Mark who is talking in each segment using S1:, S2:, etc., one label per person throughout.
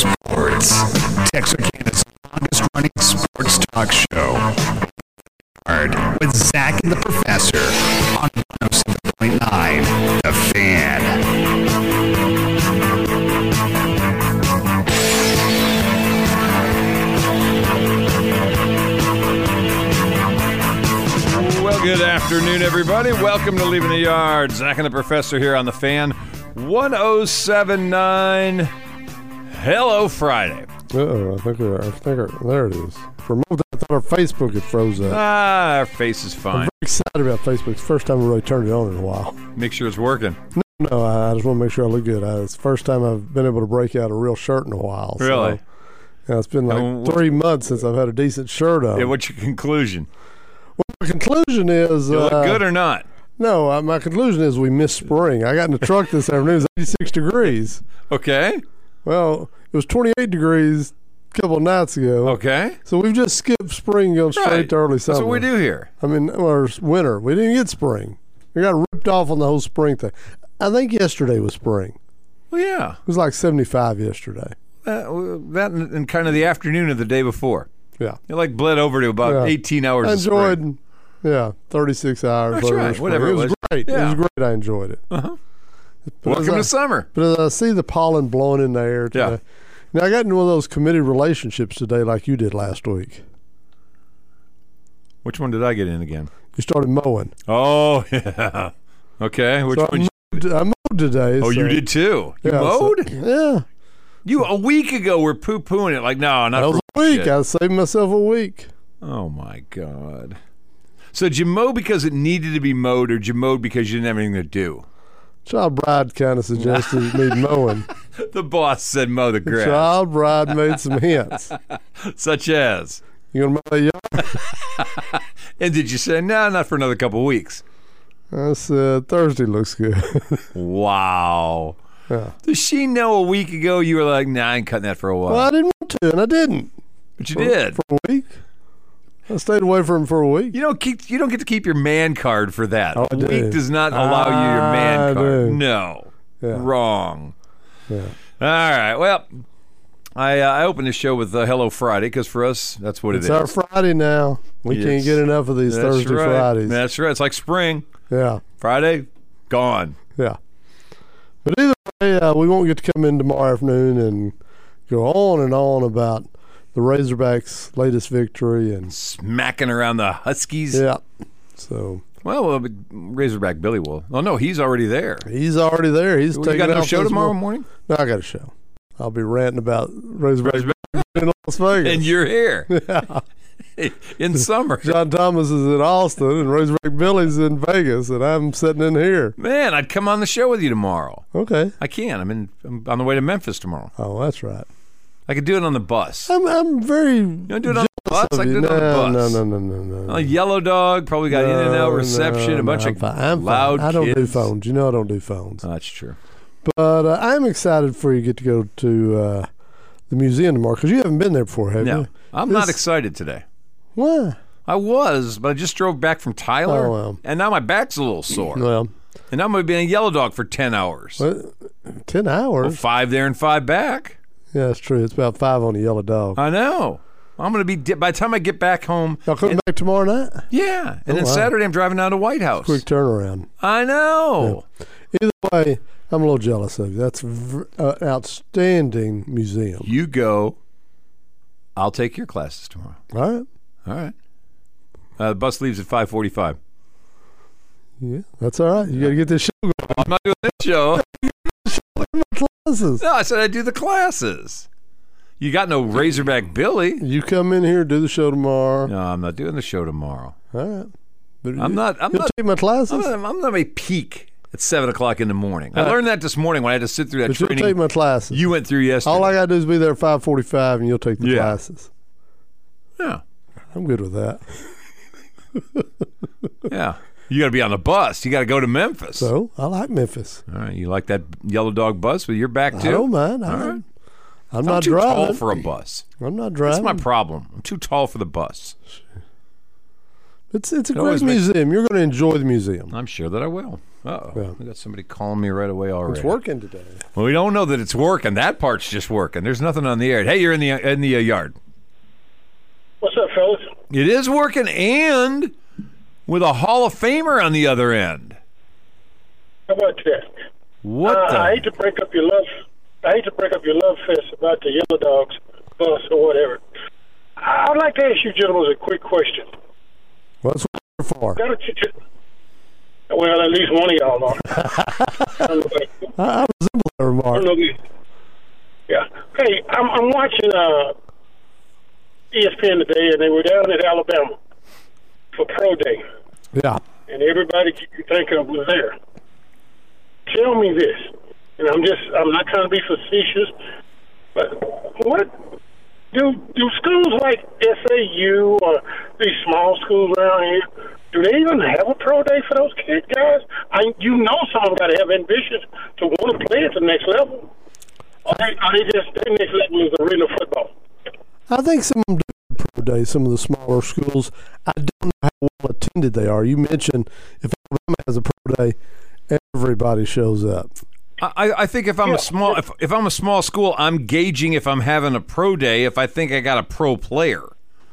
S1: It's Texarkana's longest running sports talk show. Hard with Zach and the Professor on 107.9 The Fan.
S2: Well, good afternoon, everybody. Welcome to Leaving the Yard. Zach and the Professor here on the fan 1079. Hello, Friday.
S3: Uh-oh, I think, our, I think our, there it is. For a moment, I thought our Facebook had froze up.
S2: Ah, our face is
S3: I'm
S2: fine.
S3: very excited about Facebook. It's the first time I really turned it on in a while.
S2: Make sure it's working.
S3: No, I, I just want to make sure I look good. I, it's the first time I've been able to break out a real shirt in a while. so-
S2: Really?
S3: yeah, it's been like
S2: And wh-
S3: three months since I've had a decent shirt on.
S2: Yeah, what's your conclusion?
S3: my conclusion is
S2: You look
S3: uh,
S2: good or not?
S3: no. I, my conclusion is we missed spring. I got in the truck this afternoon. It was 86 degrees.
S2: Okay.
S3: Well, it was 28 degrees a couple of nights ago.
S2: Okay.
S3: So we've just skipped spring, going straight
S2: Right.
S3: to early summer.
S2: That's what we do here.
S3: I mean, or it's winter. We didn't get spring. We got ripped off on the whole spring thing. I think yesterday was spring.
S2: Well, yeah.
S3: It was like 75 yesterday.
S2: That, that and and kind of the afternoon of the day before.
S3: Yeah.
S2: It like bled over to about
S3: Yeah.
S2: 18 hours
S3: I
S2: of spring.
S3: enjoyed, yeah, 36 hours.
S2: That's
S3: whatever
S2: right,
S3: spring.
S2: whatever it
S3: it was.
S2: was.
S3: great.
S2: Yeah.
S3: It was great. I enjoyed it. Uh-huh.
S2: Welcome to summer.
S3: But as I see the pollen blowing in the air
S2: Yeah.
S3: today. Now, I got into one of those committee relationships today like you did last week.
S2: Which one did I get in again?
S3: You started mowing.
S2: Oh, yeah. Okay. Which
S3: So I
S2: one? did
S3: mowed, I mowed today.
S2: Oh, you
S3: so-
S2: did too. You
S3: yeah, so-
S2: mowed?
S3: yeah.
S2: You a week ago were poo pooing it like no, not
S3: That was
S2: for
S3: a week.
S2: shit.
S3: I saved myself a week.
S2: Oh my god! So did you mow because it needed to be mowed, or did you mowed because you didn't have anything to do?
S3: Child bride kind of suggested it need mowing.
S2: The boss said mow the grass,
S3: Child bride made some hints.
S2: such as.
S3: You gonna mow that yard?
S2: And did you say no, not for another couple weeks?
S3: I said Thursday looks good.
S2: Wow.
S3: Yeah.
S2: Does she know a week ago you were like, nah, I ain't cutting that for a while?
S3: well, I didn't want to, and I didn't
S2: But you did.
S3: for a week. I stayed away from him for a week.
S2: you don't keep. You don't get to keep your man card for that.
S3: Oh, I
S2: a week
S3: do.
S2: does not allow you your
S3: I
S2: man card.
S3: do.
S2: No,
S3: Yeah.
S2: wrong.
S3: Yeah.
S2: All right. Well, I uh, I opened the show with uh, Hello Friday because for us that's what
S3: It's
S2: it
S3: our
S2: is.
S3: Friday now. We
S2: Yes.
S3: can't get enough of these
S2: that's
S3: Thursday
S2: right.
S3: Fridays.
S2: That's right. It's like spring.
S3: Yeah,
S2: Friday, gone.
S3: yeah. But either way, uh, we won't get to come in tomorrow afternoon and go on and on about the Razorbacks' latest victory and
S2: Smacking around the Huskies.
S3: yeah. So
S2: Well, well, but Razorback Billy will. Oh no, he's already there.
S3: he's already there. He's
S2: We
S3: taking
S2: got no
S3: off
S2: show
S3: this
S2: tomorrow
S3: mo-
S2: morning,
S3: No, I got a show. I'll be ranting about Razorback in Las Vegas.
S2: and you're here in summer.
S3: John Thomas is in Austin and Razorback Billy's in Vegas, and I'm sitting in here.
S2: Man, I'd come on the show with you tomorrow.
S3: Okay.
S2: I can. I'm in. I'm on the way to Memphis tomorrow.
S3: Oh, that's right.
S2: I could do it on the bus.
S3: I'm I'm very. You
S2: wanna do it on the bus? I can do it on the
S3: no,
S2: bus.
S3: No, no, no, no, no.
S2: A yellow dog probably got in and out reception. a bunch
S3: I'm
S2: of
S3: fine. I'm
S2: loud.
S3: Fine. I don't do
S2: kids.
S3: phones. You know I don't do phones.
S2: Oh, that's true.
S3: But uh, I'm excited for you to get to go to uh, the museum tomorrow because you haven't been there before, have
S2: No,
S3: you?
S2: I'm not
S3: This-
S2: excited today.
S3: Why?
S2: I was, but I just drove back from Tyler,
S3: Oh, wow.
S2: and now my back's a little sore,
S3: Well, uh,
S2: and I'm going to be in Yellow Dog for ten hours.
S3: ten hours.
S2: Five there and five back.
S3: Yeah, that's true. It's about five on the yellow dog.
S2: I know. I'm going to be di- by the time I get back home.
S3: Y'all coming back tomorrow night?
S2: Yeah, and then
S3: Oh, wow.
S2: Saturday I'm driving down to White House.
S3: Quick turnaround.
S2: I know.
S3: Either way, I'm a little jealous of you. That's v- an outstanding museum.
S2: You go. I'll take your classes tomorrow.
S3: All right.
S2: All right. Uh, the bus leaves at 5:45.
S3: Yeah, that's all right. You got to get this show going.
S2: I'm not doing this show.
S3: Classes.
S2: No, I said I do the classes. You got no Razorback Billy.
S3: You come in here, do the show tomorrow.
S2: No, I'm not doing the show tomorrow.
S3: All right. But
S2: I'm
S3: you-
S2: not. I'm
S3: You'll
S2: not.
S3: take my classes.
S2: I'm not, I'm not a peak at seven o'clock in the morning. I
S3: Right.
S2: learned that this morning when I had to sit through that
S3: but you'll
S2: training
S3: take my classes.
S2: you went through yesterday.
S3: all I got to do is be there at 5:45, and you'll take the
S2: Yeah.
S3: classes.
S2: yeah,
S3: I'm good with that.
S2: yeah. You got to be on the bus. You got to go to Memphis.
S3: So I like Memphis.
S2: all right, you like that yellow dog bus? Well, you're back too.
S3: I don't mind. I,
S2: All right.
S3: I'm
S2: I'm
S3: not
S2: too tall
S3: driving.
S2: for a bus.
S3: I'm not
S2: That's
S3: driving.
S2: my problem. I'm too tall for the bus.
S3: It's it's a
S2: It
S3: great
S2: always makes-
S3: museum. You're going to enjoy the museum.
S2: I'm sure that I will. Oh,
S3: Yeah.
S2: I got somebody calling me right away already.
S3: It's working today.
S2: Well, we don't know that it's working. That part's just working. There's nothing on the air. Hey, you're in the in the uh, yard.
S4: What's up, fellas?
S2: It is working, and with a Hall of Famer on the other end.
S4: How about that?
S2: What
S4: Uh,
S2: the?
S4: I hate to break up your love. I hate to break up your love fest about the Yellow Dogs bus or whatever. I'd like to ask you gentlemen a quick question.
S3: Well, that's what we're for.
S4: Got a ch- ch- well, at least one of y'all are. I don't know about-
S3: I, I resemble that
S4: I
S3: remark.
S4: don't know if you- yeah. Hey, I'm, I'm watching uh, E ESPN today, and they were down at Alabama for Pro Day.
S3: Yeah.
S4: and everybody you could think of was there. Tell me this, and I'm just I'm not trying to be facetious, but what do do schools like SAU or these small schools around here? Do they even have a pro day for those kid guys? I you know someone got to have ambitions to want to play at the next level. Or they, are they just their next level is arena football?
S3: I think some of them do have pro day, some of the smaller schools. I don't know how well attended they are. You mentioned if Alabama has a pro day, everybody shows up.
S2: I, I think if I'm a small if, if I'm a small school, I'm gauging if I'm having a pro day if I think I got a pro player.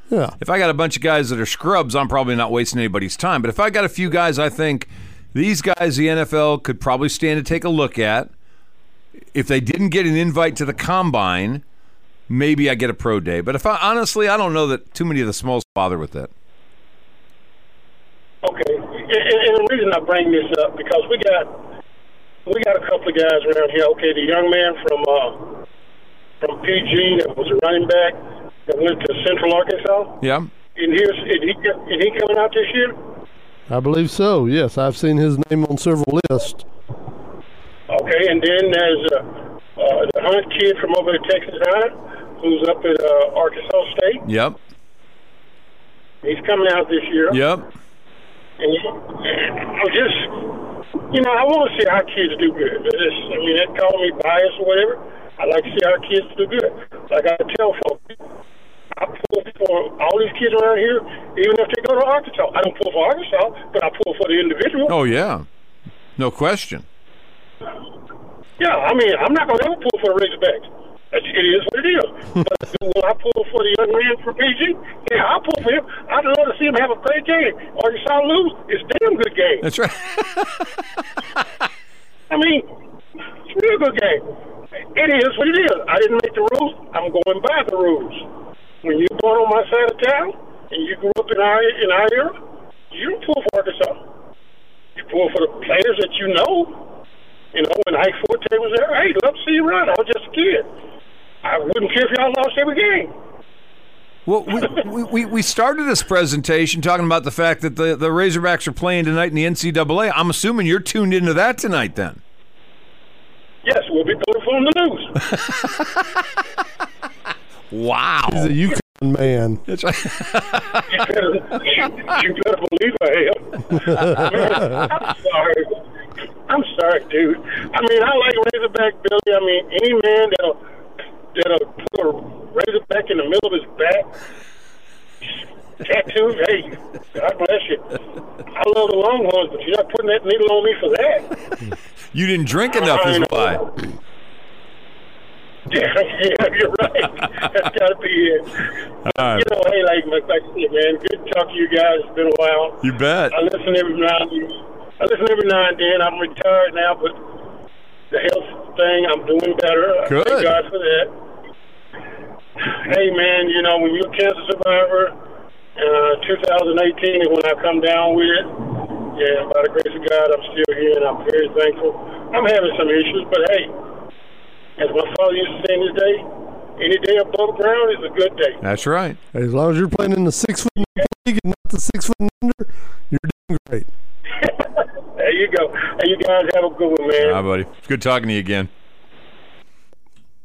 S3: Yeah.
S2: If I got a bunch of guys that are scrubs, I'm probably not wasting anybody's time. But if I got a few guys I think these guys the NFL could probably stand to take a look at, if they didn't get an invite to the combine, maybe I get a pro day. But if I honestly, I don't know that too many of the smalls bother with that.
S4: Okay, and, and and the reason I bring this up because we got we got a couple of guys around here. Okay, the young man from uh, from PG that was a running back that went to Central Arkansas,
S2: Yeah.
S4: and here's and he and he coming out this year.
S3: I believe so. Yes, I've seen his name on several lists.
S4: Okay, and then there's uh, uh, the Hunt kid from over at Texas High, who's up at uh, Arkansas State.
S2: Yep.
S4: He's coming out this year.
S2: Yep.
S4: And you- I'm just, you know, I want to see our kids do good. It's just, I mean, that call me biased or whatever. I like to see our kids do good. Like I tell folks, I pull for all these kids around here, even if they go to Arkansas. I don't pull for Arkansas, but I pull for the individual.
S2: Oh yeah. No question.
S4: Yeah, I mean, I'm not going to ever pull for the Razorbacks. That's- It is what it is. but will I pull for the young man from PG? Yeah, I'll pull for him. I'd love to see him have a great game. Arkansas lose, it's a damn good game.
S2: That's right.
S4: I mean, it's a real good game. It is what it is. I didn't make the rules. I'm going by the rules. When you're born on my side of town and you grew up in our in our era, you don't pull for Arkansas. You pull for the players that you know. You know, when Ike Forte was there, hey, love to see you run. I was just a kid. I wouldn't care if y'all lost every game.
S2: Well, we, we- we, we started this presentation talking about the fact that the, the Razorbacks are playing tonight in the NCAA. I'm assuming you're tuned into that tonight then.
S4: Yes, we'll be voting for them to lose.
S2: Wow.
S3: He's a Yukon man.
S2: That's right.
S4: you better you better believe I am. I'm sorry. I'm sorry, dude. I mean, I like Razorback Billy. I mean, any man that'll that'll put a Razorback in the middle of his back, tattoo. Hey, God bless you. I love the Longhorns, but you're not putting that needle on me for that.
S2: You didn't drink enough is why.
S4: Yeah, yeah, you're right. That's got to be it. You know, hey, like, like I said, man, good to talk to you guys. It's been a while.
S2: You bet.
S4: I listen every now and I listen every now and then. I'm retired now, but the health thing, I'm doing better. I
S2: Good.
S4: Thank God for that. Hey man, you know when you're a cancer survivor, uh, 2018 is when I come down with it. Yeah, by the grace of God, I'm still here, and I'm very thankful. I'm having some issues, but hey, as my father used to say in his day, any day above ground is a good day.
S2: That's right.
S3: As long as you're playing in the six foot and up league and not the six foot and under, you're doing great.
S4: There you go. Hey, you guys have a good one, man.
S2: Hi, buddy. It's good talking to you again.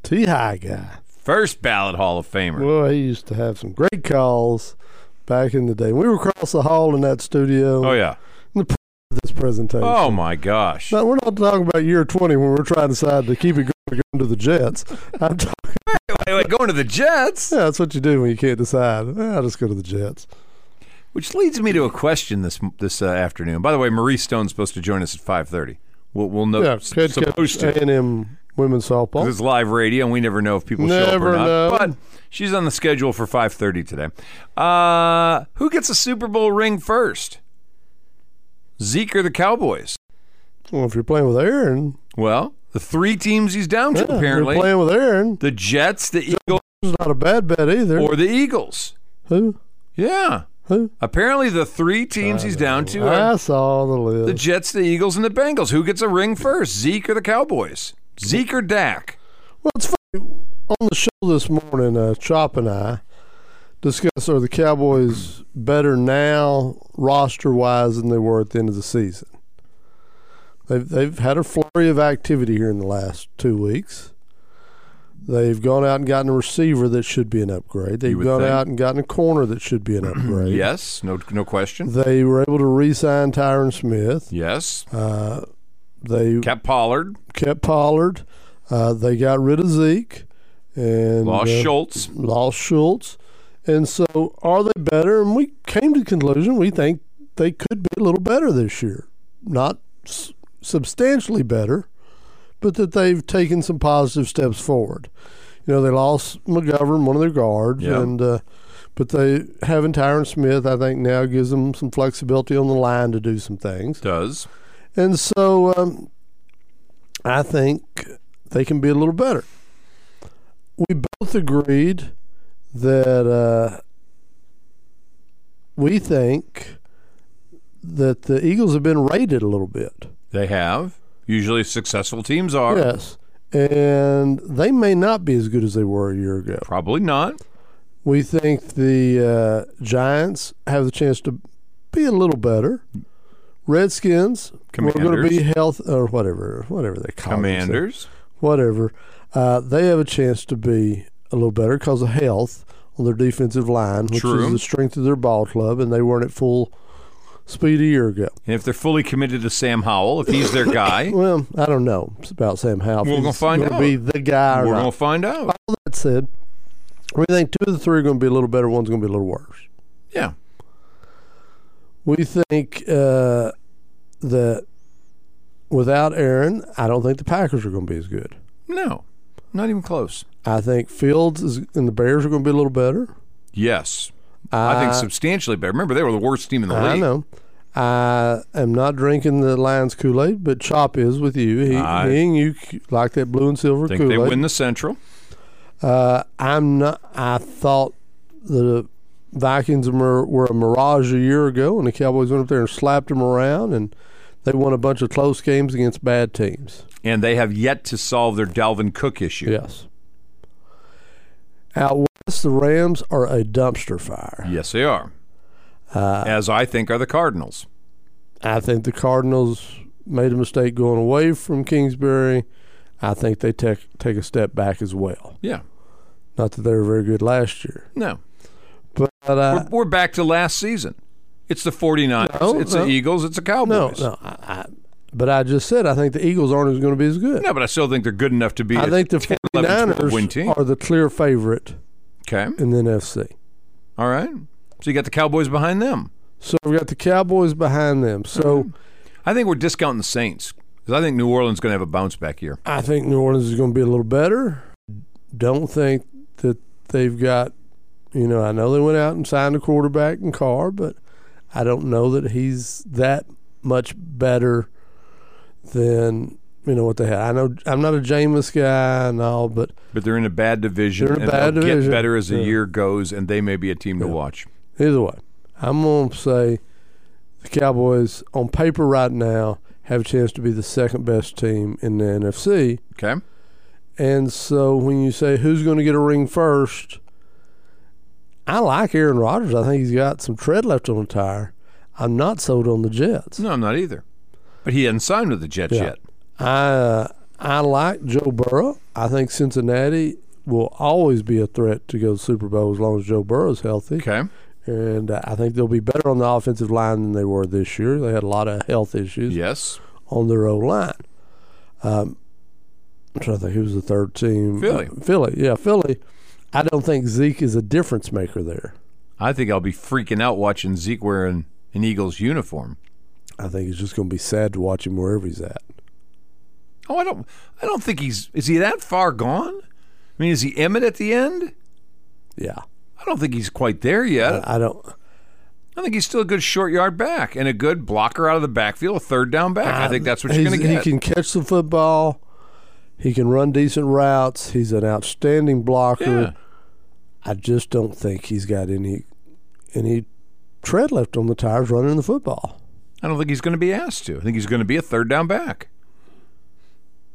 S3: T high guy.
S2: First ballot Hall of Famer.
S3: Well, he used to have some great calls back in the day. We were across the hall in that studio.
S2: Oh, yeah.
S3: In the pre- of this presentation.
S2: Oh, my gosh.
S3: Now, we're not talking about year 20 when we're trying to decide to keep it going or going to the Jets. I'm talking,
S2: Wait, wait, going to the Jets?
S3: yeah, that's what you do when you can't decide. Eh, I'll just go to the Jets.
S2: Which leads me to a question this this uh, afternoon. By the way, Marie Stone's supposed to join us at five thirty. We'll, we'll know.
S3: Yeah, head
S2: supposed
S3: coach
S2: to.
S3: A and M women's softball.
S2: It's live radio, and we never know if people show up or
S3: Never
S2: not.
S3: know.
S2: But she's on the schedule for five thirty today. Uh, who gets a Super Bowl ring first? Zeke or the Cowboys?
S3: Well, if you're playing with Aaron,
S2: Well, the three teams he's down to
S3: yeah, if
S2: apparently:
S3: you're playing with Aaron.
S2: the Jets, the Eagles,
S3: It's not a bad bet either.
S2: or the Eagles.
S3: who?
S2: Yeah.
S3: Who?
S2: Apparently, the three teams
S3: Uh,
S2: he's down to are
S3: I saw the
S2: the
S3: list.
S2: Jets, the Eagles, and the Bengals. Who gets a ring first, Zeke or the Cowboys? Zeke or Dak?
S3: well, it's funny. On the show this morning, uh, Chop and I discussed are the Cowboys better now roster wise than they were at the end of the season. They've they've had a flurry of activity here in the last two weeks. They've gone out and gotten a receiver that should be an upgrade. They've
S2: would
S3: gone
S2: think.
S3: out and gotten a corner that should be an upgrade.
S2: Yes, no, no question.
S3: They were able to re-sign Tyron Smith.
S2: Yes,
S3: Uh, They
S2: Cap Pollard
S3: kept Pollard. Uh, they got rid of Zeke and
S2: lost
S3: uh,
S2: Schultz.
S3: Lost Schultz. And so, are they better? And we came to the conclusion we think they could be a little better this year, not s- substantially better, but that they've taken some positive steps forward. You know, they lost McGovern, one of their guards,
S2: Yeah.
S3: and uh, but they having Tyron Smith, I think now gives them some flexibility on the line to do some things.
S2: Does
S3: And so um, I think they can be a little better. We both agreed that uh, we think that the Eagles have been rated a little bit.
S2: they have? Usually, successful teams are
S3: Yes. And they may not be as good as they were a year ago.
S2: probably not.
S3: We think the uh, Giants have the chance to be a little better. Redskins we're going to be
S2: Commanders.
S3: health or whatever, whatever they call themselves.
S2: Commanders.
S3: whatever. Uh, they have a chance to be a little better because of health on their defensive line, which
S2: True.
S3: is the strength of their ball club, and they weren't at full speed a year ago.
S2: And if they're fully committed to Sam Howell, if he's their guy, we're
S3: Well, I don't know It's about Sam Howell.
S2: We're gonna find
S3: going
S2: out.
S3: to be the guy or not.
S2: going to find out.
S3: That said, we think two of the three are going to be a little better. One's going to be a little worse.
S2: Yeah,
S3: We think uh, that without Aaron, I don't think the Packers are going to be as good.
S2: no, not even close.
S3: I think Fields is, and the Bears are going to be a little better.
S2: Yes, I think substantially better. Remember, they were the worst team in the
S3: Uh, I
S2: league.
S3: know. I am not drinking the Lions Kool Aid, but Chop is with you. He,
S2: I-
S3: he and you c- like that blue and silver
S2: Think they
S3: Kool
S2: win
S3: Aid.
S2: the Central.
S3: Uh, I'm not. I thought the Vikings were, were a mirage a year ago, and the Cowboys went up there and slapped them around, and they won a bunch of close games against bad teams.
S2: and they have yet to solve their Dalvin Cook issue.
S3: Yes. Out west, the Rams are a dumpster fire.
S2: Yes, they are.
S3: Uh,
S2: As I think are the Cardinals.
S3: I think the Cardinals made a mistake going away from Kingsbury. I think they take take a step back as well.
S2: Yeah.
S3: Not that they were very good last year,
S2: No.
S3: but uh,
S2: We're back to last season. It's the 49ers.
S3: No,
S2: it's
S3: no.
S2: the Eagles. It's the
S3: no,
S2: Cowboys.
S3: no. I, I, but I just said I think the Eagles aren't as going to be as good.
S2: No, but I still think they're good enough to be
S3: I
S2: a
S3: think the
S2: 10, 11, 12 win team.
S3: 49ers are the clear favorite
S2: okay.
S3: in the NFC.
S2: All right. So you got the Cowboys behind them.
S3: So we've got the Cowboys behind them. So
S2: Mm-hmm. I think we're discounting the Saints because I think New Orleans is going to have a bounce back year.
S3: I think New Orleans is going to be a little better. Don't think that they've got, you know, I know they went out and signed a quarterback and Carr, but I don't know that he's that much better than you know what they had. I know I'm not a Jameis guy and all, but
S2: But they're in a bad division.
S3: They're in a
S2: and
S3: bad
S2: they'll
S3: division.
S2: get better as the
S3: Yeah.
S2: year goes, and they may be a team to watch.
S3: either way, I'm going to say the Cowboys on paper right now have a chance to be the second best team in the NFC.
S2: Okay.
S3: And so when you say who's going to get a ring first, I like Aaron Rodgers. I think he's got some tread left on the tire. I'm not sold on the Jets.
S2: No, I'm not either. But he hadn't signed with the Jets yet.
S3: I uh, I like Joe Burrow. I think Cincinnati will always be a threat to go to the Super Bowl as long as Joe Burrow's healthy.
S2: Okay.
S3: And uh, I think they'll be better on the offensive line than they were this year. They had a lot of health issues
S2: Yes.
S3: on their own line. Um, I'm trying to think who was the third team.
S2: Philly.
S3: Uh, Philly, yeah, Philly. I don't think Zeke is a difference maker there.
S2: I think I'll be freaking out watching Zeke wearing an Eagles uniform.
S3: I think it's just going to be sad to watch him wherever he's at.
S2: Oh, I don't. I don't think he's. Is he that far gone? I mean, is he Emmett at the end?
S3: Yeah,
S2: I don't think he's quite there yet.
S3: I don't.
S2: I think he's still a good short yard back and a good blocker out of the backfield, a third down back. I think that's what you're
S3: uh, He's-
S2: going to get.
S3: He can catch the football. He can run decent routes. He's an outstanding blocker.
S2: Yeah.
S3: I just don't think he's got any any tread left on the tires running the football.
S2: I don't think he's going to be asked to. I think he's going to be a third down back.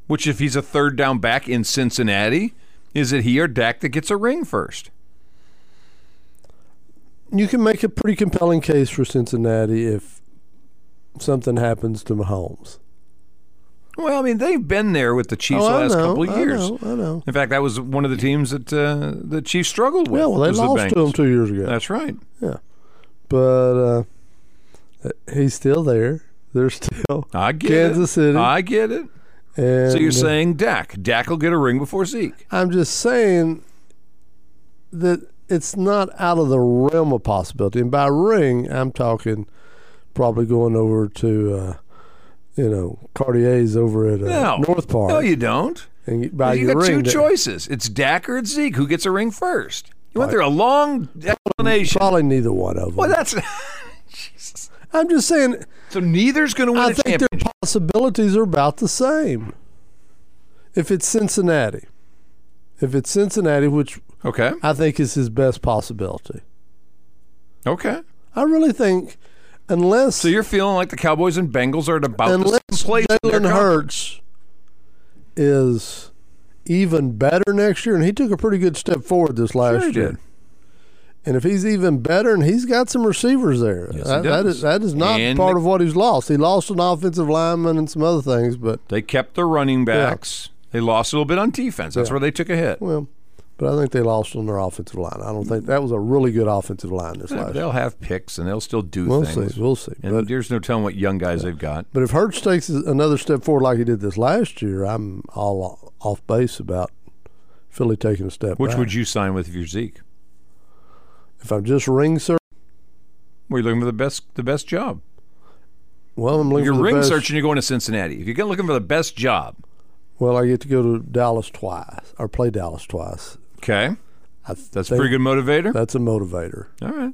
S2: Which, if he's a third down back in Cincinnati, is it he or Dak that gets a ring first?
S3: You can make a pretty compelling case for Cincinnati if something happens to Mahomes. Oh,
S2: Well, I mean, they've been there with the Chiefs the
S3: I
S2: last
S3: know,
S2: couple of
S3: I
S2: years.
S3: know, I know.
S2: In fact, that was one of the teams that uh, the Chiefs struggled with.
S3: Yeah, well, they
S2: was the
S3: lost to
S2: Bengals.
S3: him two years ago.
S2: That's right.
S3: but uh, he's still there. They're still.
S2: I get it.
S3: Kansas City.
S2: I get it.
S3: And uh,
S2: So you're saying Dak? Dak will get a ring before Zeke.
S3: I'm just saying that it's not out of the realm of possibility. And by ring, I'm talking probably going over to, uh, you know, Cartier's over at uh,
S2: No,
S3: North Park.
S2: No, you don't.
S3: and you- buy
S2: you
S3: your
S2: got two
S3: ring.
S2: choices. It's Dak or it's Zeke. Who gets a ring first? You went through a long explanation.
S3: Probably neither one of them.
S2: Well, that's
S3: I'm just saying,
S2: so neither's going to win
S3: I
S2: the
S3: think
S2: championship.
S3: their possibilities are about the same. If it's Cincinnati, if it's Cincinnati, which
S2: Okay.
S3: I think is his best possibility.
S2: Okay.
S3: I really think, unless
S2: So you're feeling like the Cowboys and Bengals are at about
S3: unless
S2: the same place. in their
S3: Jalen
S2: conference.
S3: Hurts is even better next year, and he took a pretty good step forward this last
S2: Sure he
S3: year.
S2: did.
S3: And if he's even better, and he's got some receivers there, that, that
S2: does.
S3: is that is not
S2: And-
S3: part of what he's lost. He lost an offensive lineman and some other things, but
S2: They kept their running backs. They lost a little bit on defense. That's where they took a hit.
S3: well, but I think they lost on their offensive line. I don't think that was a really good offensive line this last. year.
S2: They'll have picks and they'll still do
S3: We'll
S2: things.
S3: see. We'll see.
S2: And
S3: But-
S2: there's no telling what young guys they've got.
S3: But if Hurts takes another step forward like he did this last year, I'm all off base about Philly taking a step.
S2: Which
S3: back.
S2: would you sign with if you're Zeke?
S3: if I'm just ring search?
S2: Were you looking for the best the best job?
S3: Well, I'm looking
S2: You're
S3: for the
S2: ring
S3: best.
S2: searching. You're going to Cincinnati. If you're looking for the best job,
S3: Well, I get to go to Dallas twice or play Dallas twice.
S2: okay,
S3: I
S2: that's a
S3: think
S2: pretty good motivator.
S3: That's a motivator.
S2: All right,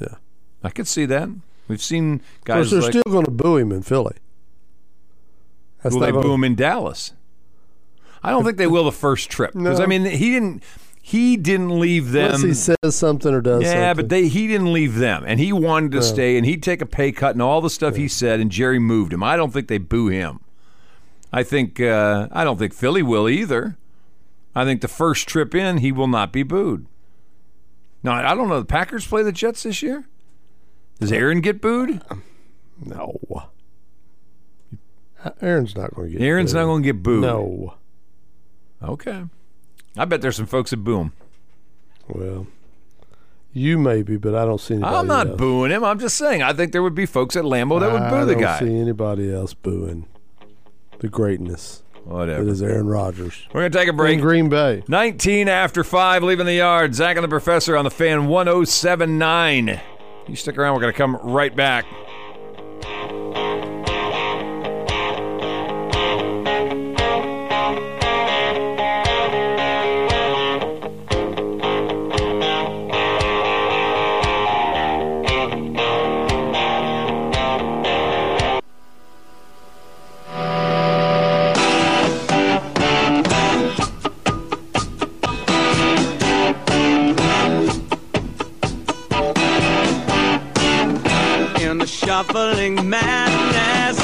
S3: Yeah.
S2: I could see that. We've seen
S3: Of course,
S2: guys
S3: they're
S2: like
S3: still going to boo him in Philly. That's
S2: will they
S3: not
S2: boo
S3: gonna-
S2: him in Dallas? I don't think they will the first trip because I
S3: No.
S2: mean he didn't he didn't leave
S3: Unless
S2: them.
S3: he says something or does
S2: Yeah,
S3: something.
S2: but they he didn't leave them, and he wanted to stay, and he'd take a pay cut and all the stuff he said, and Jerry moved him. I don't think they boo him. I think uh, I don't think Philly will either. I think the first trip in, he will not be booed. Now I don't know. The Packers play the Jets this year. Does Aaron get booed?
S3: no. Uh, Aaron's not going to get
S2: Aaron's
S3: booed.
S2: not going to get booed.
S3: Uh, No.
S2: Okay. I bet there's some folks that boo him.
S3: Well, you maybe, but I don't see anybody.
S2: I'm not
S3: else.
S2: booing him. I'm just saying. I think there would be folks at Lambeau that would
S3: Ah, I
S2: boo the
S3: don't
S2: guy.
S3: see anybody else booing the greatness that
S2: Whatever.
S3: is Aaron Rodgers.
S2: We're gonna take a break.
S3: In Green Bay.
S2: 19 after 5, leaving the yard. Zach and the Professor on the fan 1079. You stick around, we're going to come right back.
S5: in the shuffling madness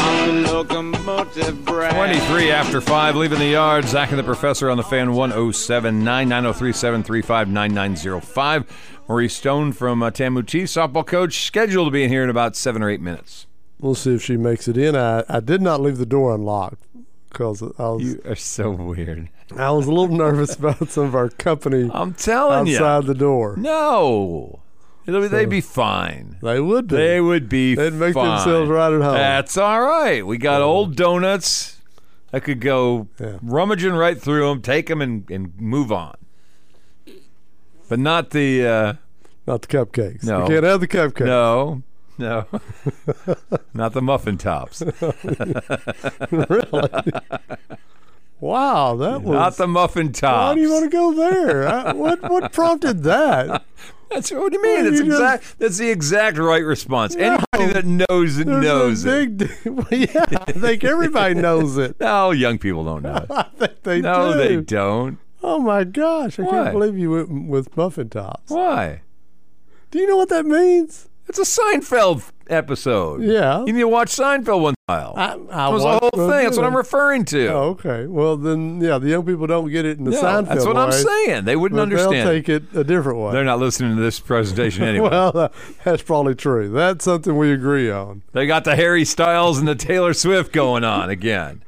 S5: of the locomotive breath.
S2: 23 after 5, leaving the yard. Zach and the Professor on the fan 1079 903 735 9905. Marie Stone from uh, Tamuti, softball coach, scheduled to be in here in about seven or eight minutes.
S3: We'll see if she makes it in. I, I did not leave the door unlocked because I was,
S2: You are so weird.
S3: I was a little nervous about some of our company
S2: I'm telling
S3: outside the door.
S2: you. Oh, No. It'll be, they'd be fine.
S3: They would be.
S2: They would be.
S3: They'd make
S2: fine.
S3: themselves right at home.
S2: That's all right. We got old donuts. I could go
S3: Yeah.
S2: rummaging right through them, take them, and, and move on. But not the uh,
S3: Not the cupcakes.
S2: No.
S3: You can't have the cupcakes.
S2: No, no, not the muffin tops.
S3: Wow, that was.
S2: Not the muffin tops.
S3: why do you want to go there? I, what what prompted that?
S2: That's what do you mean?
S3: Well,
S2: That's
S3: you just-
S2: exact. That's the exact right response. Anybody that knows it
S3: There's a
S2: knows it.
S3: big, d- yeah, I think everybody knows it.
S2: No, young people don't know. it.
S3: I think they
S2: No,
S3: do.
S2: they don't.
S3: Oh my gosh, I
S2: Why?
S3: can't believe you went with muffin tops.
S2: Why?
S3: Do you know what that means?
S2: It's a Seinfeld episode.
S3: Yeah.
S2: You need to watch Seinfeld once in a while.
S3: I,
S2: that
S3: I
S2: was the
S3: watched
S2: whole
S3: both
S2: thing. That's what
S3: of
S2: I'm
S3: them.
S2: referring to.
S3: Oh, okay. Well, then, yeah, the young people don't get it in the
S2: No,
S3: Seinfeld
S2: that's what I'm
S3: way,
S2: saying. They
S3: but
S2: wouldn't understand.
S3: They'll
S2: it.
S3: take it a different way.
S2: They're not listening to this presentation anyway.
S3: Well, uh, that's probably true. That's something we agree on.
S2: they got the Harry Styles and the Taylor Swift going on again.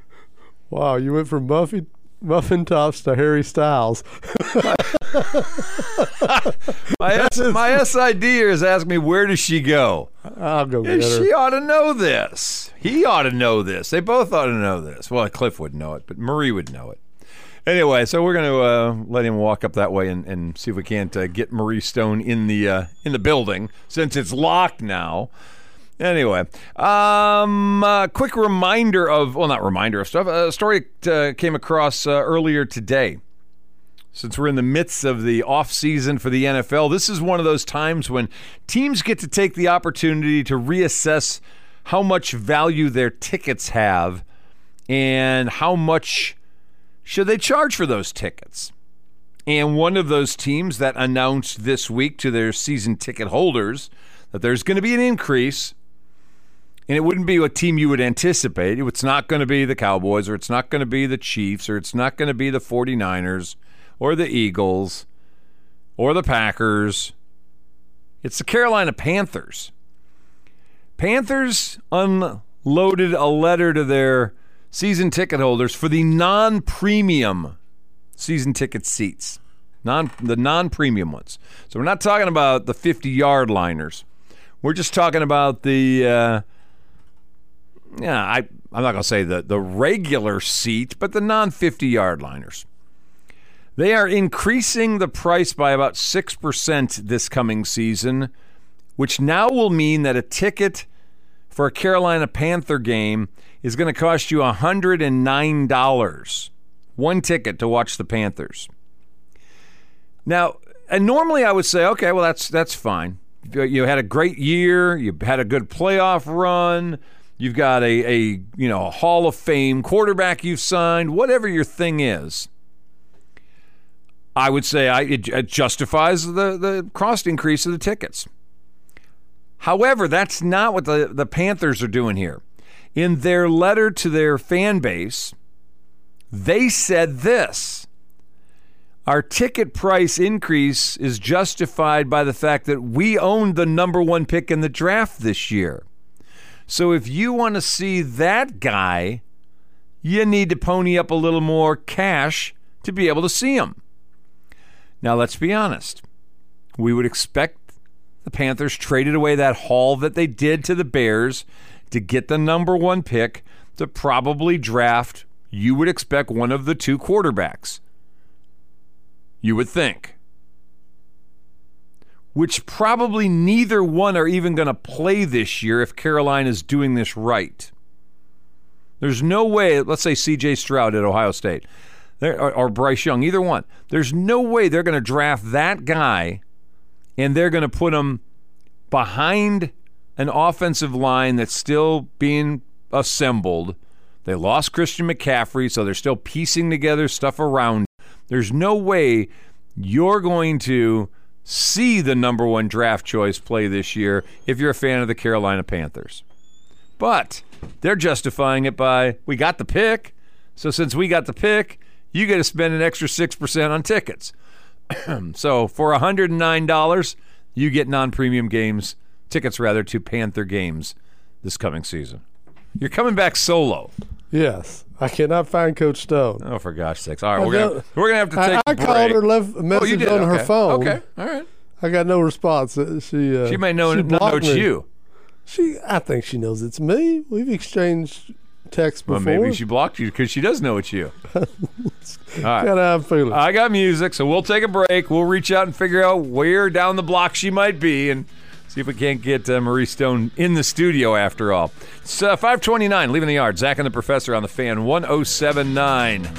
S3: Wow, you went from Buffy, muffin tops to Harry Styles.
S2: My, S- my SIDers asked me, where does she go?
S3: I'll go
S2: And
S3: get her.
S2: She ought to know this. He ought to know this. They both ought to know this. Well, Cliff would know it, but Marie would know it. Anyway, so we're going to uh, let him walk up that way and, and see if we can't uh, get Marie Stone in the uh, in the building since it's locked now. Anyway, um, uh, quick reminder of well, not reminder of stuff. A story uh, came across uh, earlier today. Since we're in the midst of the offseason for the NFL, this is one of those times when teams get to take the opportunity to reassess how much value their tickets have and how much should they charge for those tickets. And one of those teams that announced this week to their season ticket holders that there's going to be an increase and it wouldn't be a team you would anticipate. It's not going to be the Cowboys, or it's not going to be the Chiefs, or it's not going to be the 49ers, or the Eagles, or the Packers. It's the Carolina Panthers. Panthers unloaded a letter to their season ticket holders for the non premium season ticket seats. Non, the non-premium ones. So we're not talking about the 50-yard liners. We're just talking about the uh, yeah, I I'm not going to say the the regular seat, but the non 50 yard liners. They are increasing the price by about 6% this coming season, which now will mean that a ticket for a Carolina Panther game is going to cost you $109. One ticket to watch the Panthers. Now, and normally I would say, okay, well that's that's fine. You- You had a great year. You had a good playoff run. You've got a, a you know a Hall of Fame quarterback you've signed. Whatever your thing is, I would say I, it, it justifies the the cost increase of the tickets. However, that's not what the, the Panthers are doing here. In their letter to their fan base, they said this. Our ticket price increase is justified by the fact that we owned the number one pick in the draft this year. So if you want to see that guy, you need to pony up a little more cash to be able to see him. Now, let's be honest. We would expect the Panthers traded away that haul that they did to the Bears to get the number one pick to probably draft, you would expect, one of the two quarterbacks you would think. Which probably neither one are even going to play this year if Carolina is doing this right. There's no way, let's say CJ Stroud at Ohio State there- or, or Bryce Young, either one. There's no way they're going to draft that guy and they're going to put him behind an offensive line that's still being assembled. They lost Christian McCaffrey, so they're still piecing together stuff around there's no way you're going to see the number one draft choice play this year if you're a fan of the Carolina Panthers. But they're justifying it by we got the pick. So since we got the pick, you get to spend an extra 6% on tickets. so for $109, you get non premium games, tickets rather, to Panther games this coming season. You're coming back solo.
S3: Yes, I cannot find Coach Stone.
S2: Oh, for gosh sakes. All right,
S3: I
S2: we're going
S3: don't-
S2: to we're gonna have to take
S3: I, I
S2: a break.
S3: called her, left a
S2: Oh, you
S3: message
S2: did?
S3: on
S2: okay.
S3: her phone.
S2: Okay, all right.
S3: I got no response. Uh, She uh,
S2: She may know
S3: she
S2: not know
S3: blocked
S2: it's
S3: me.
S2: you.
S3: She, I think she knows it's me. We've exchanged text
S2: Well,
S3: before.
S2: maybe she blocked you because she does know it's you. All right.
S3: Got how I'm feeling.
S2: I got music, so we'll take a break. We'll reach out and figure out where down the block she might be and see if we can't get uh, Marie Stone in the studio after all. It's uh, 529, leaving the yard. Zach and the professor on the fan, 1079.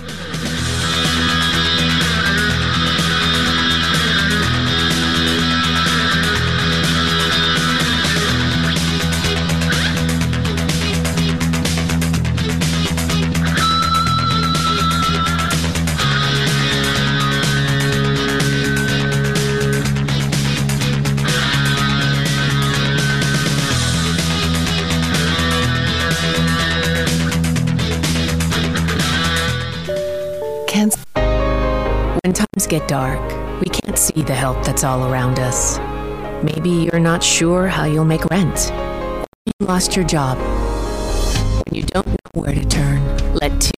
S6: Can't. When times get dark, we can't see the help that's all around us. Maybe you're not sure how you'll make rent. Or you lost your job. When you don't know where to turn, let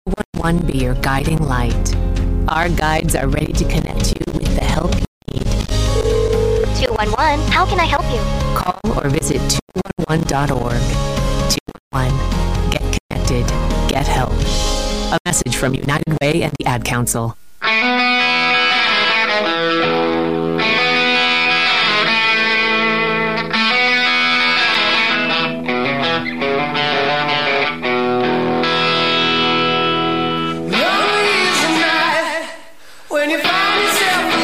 S6: 211 be your guiding light. Our guides are ready to connect you with the help you need.
S7: 211, how can I help you?
S6: Call or visit 211.org. 211. Get connected. Get help. A message from United Way and the Ad Council.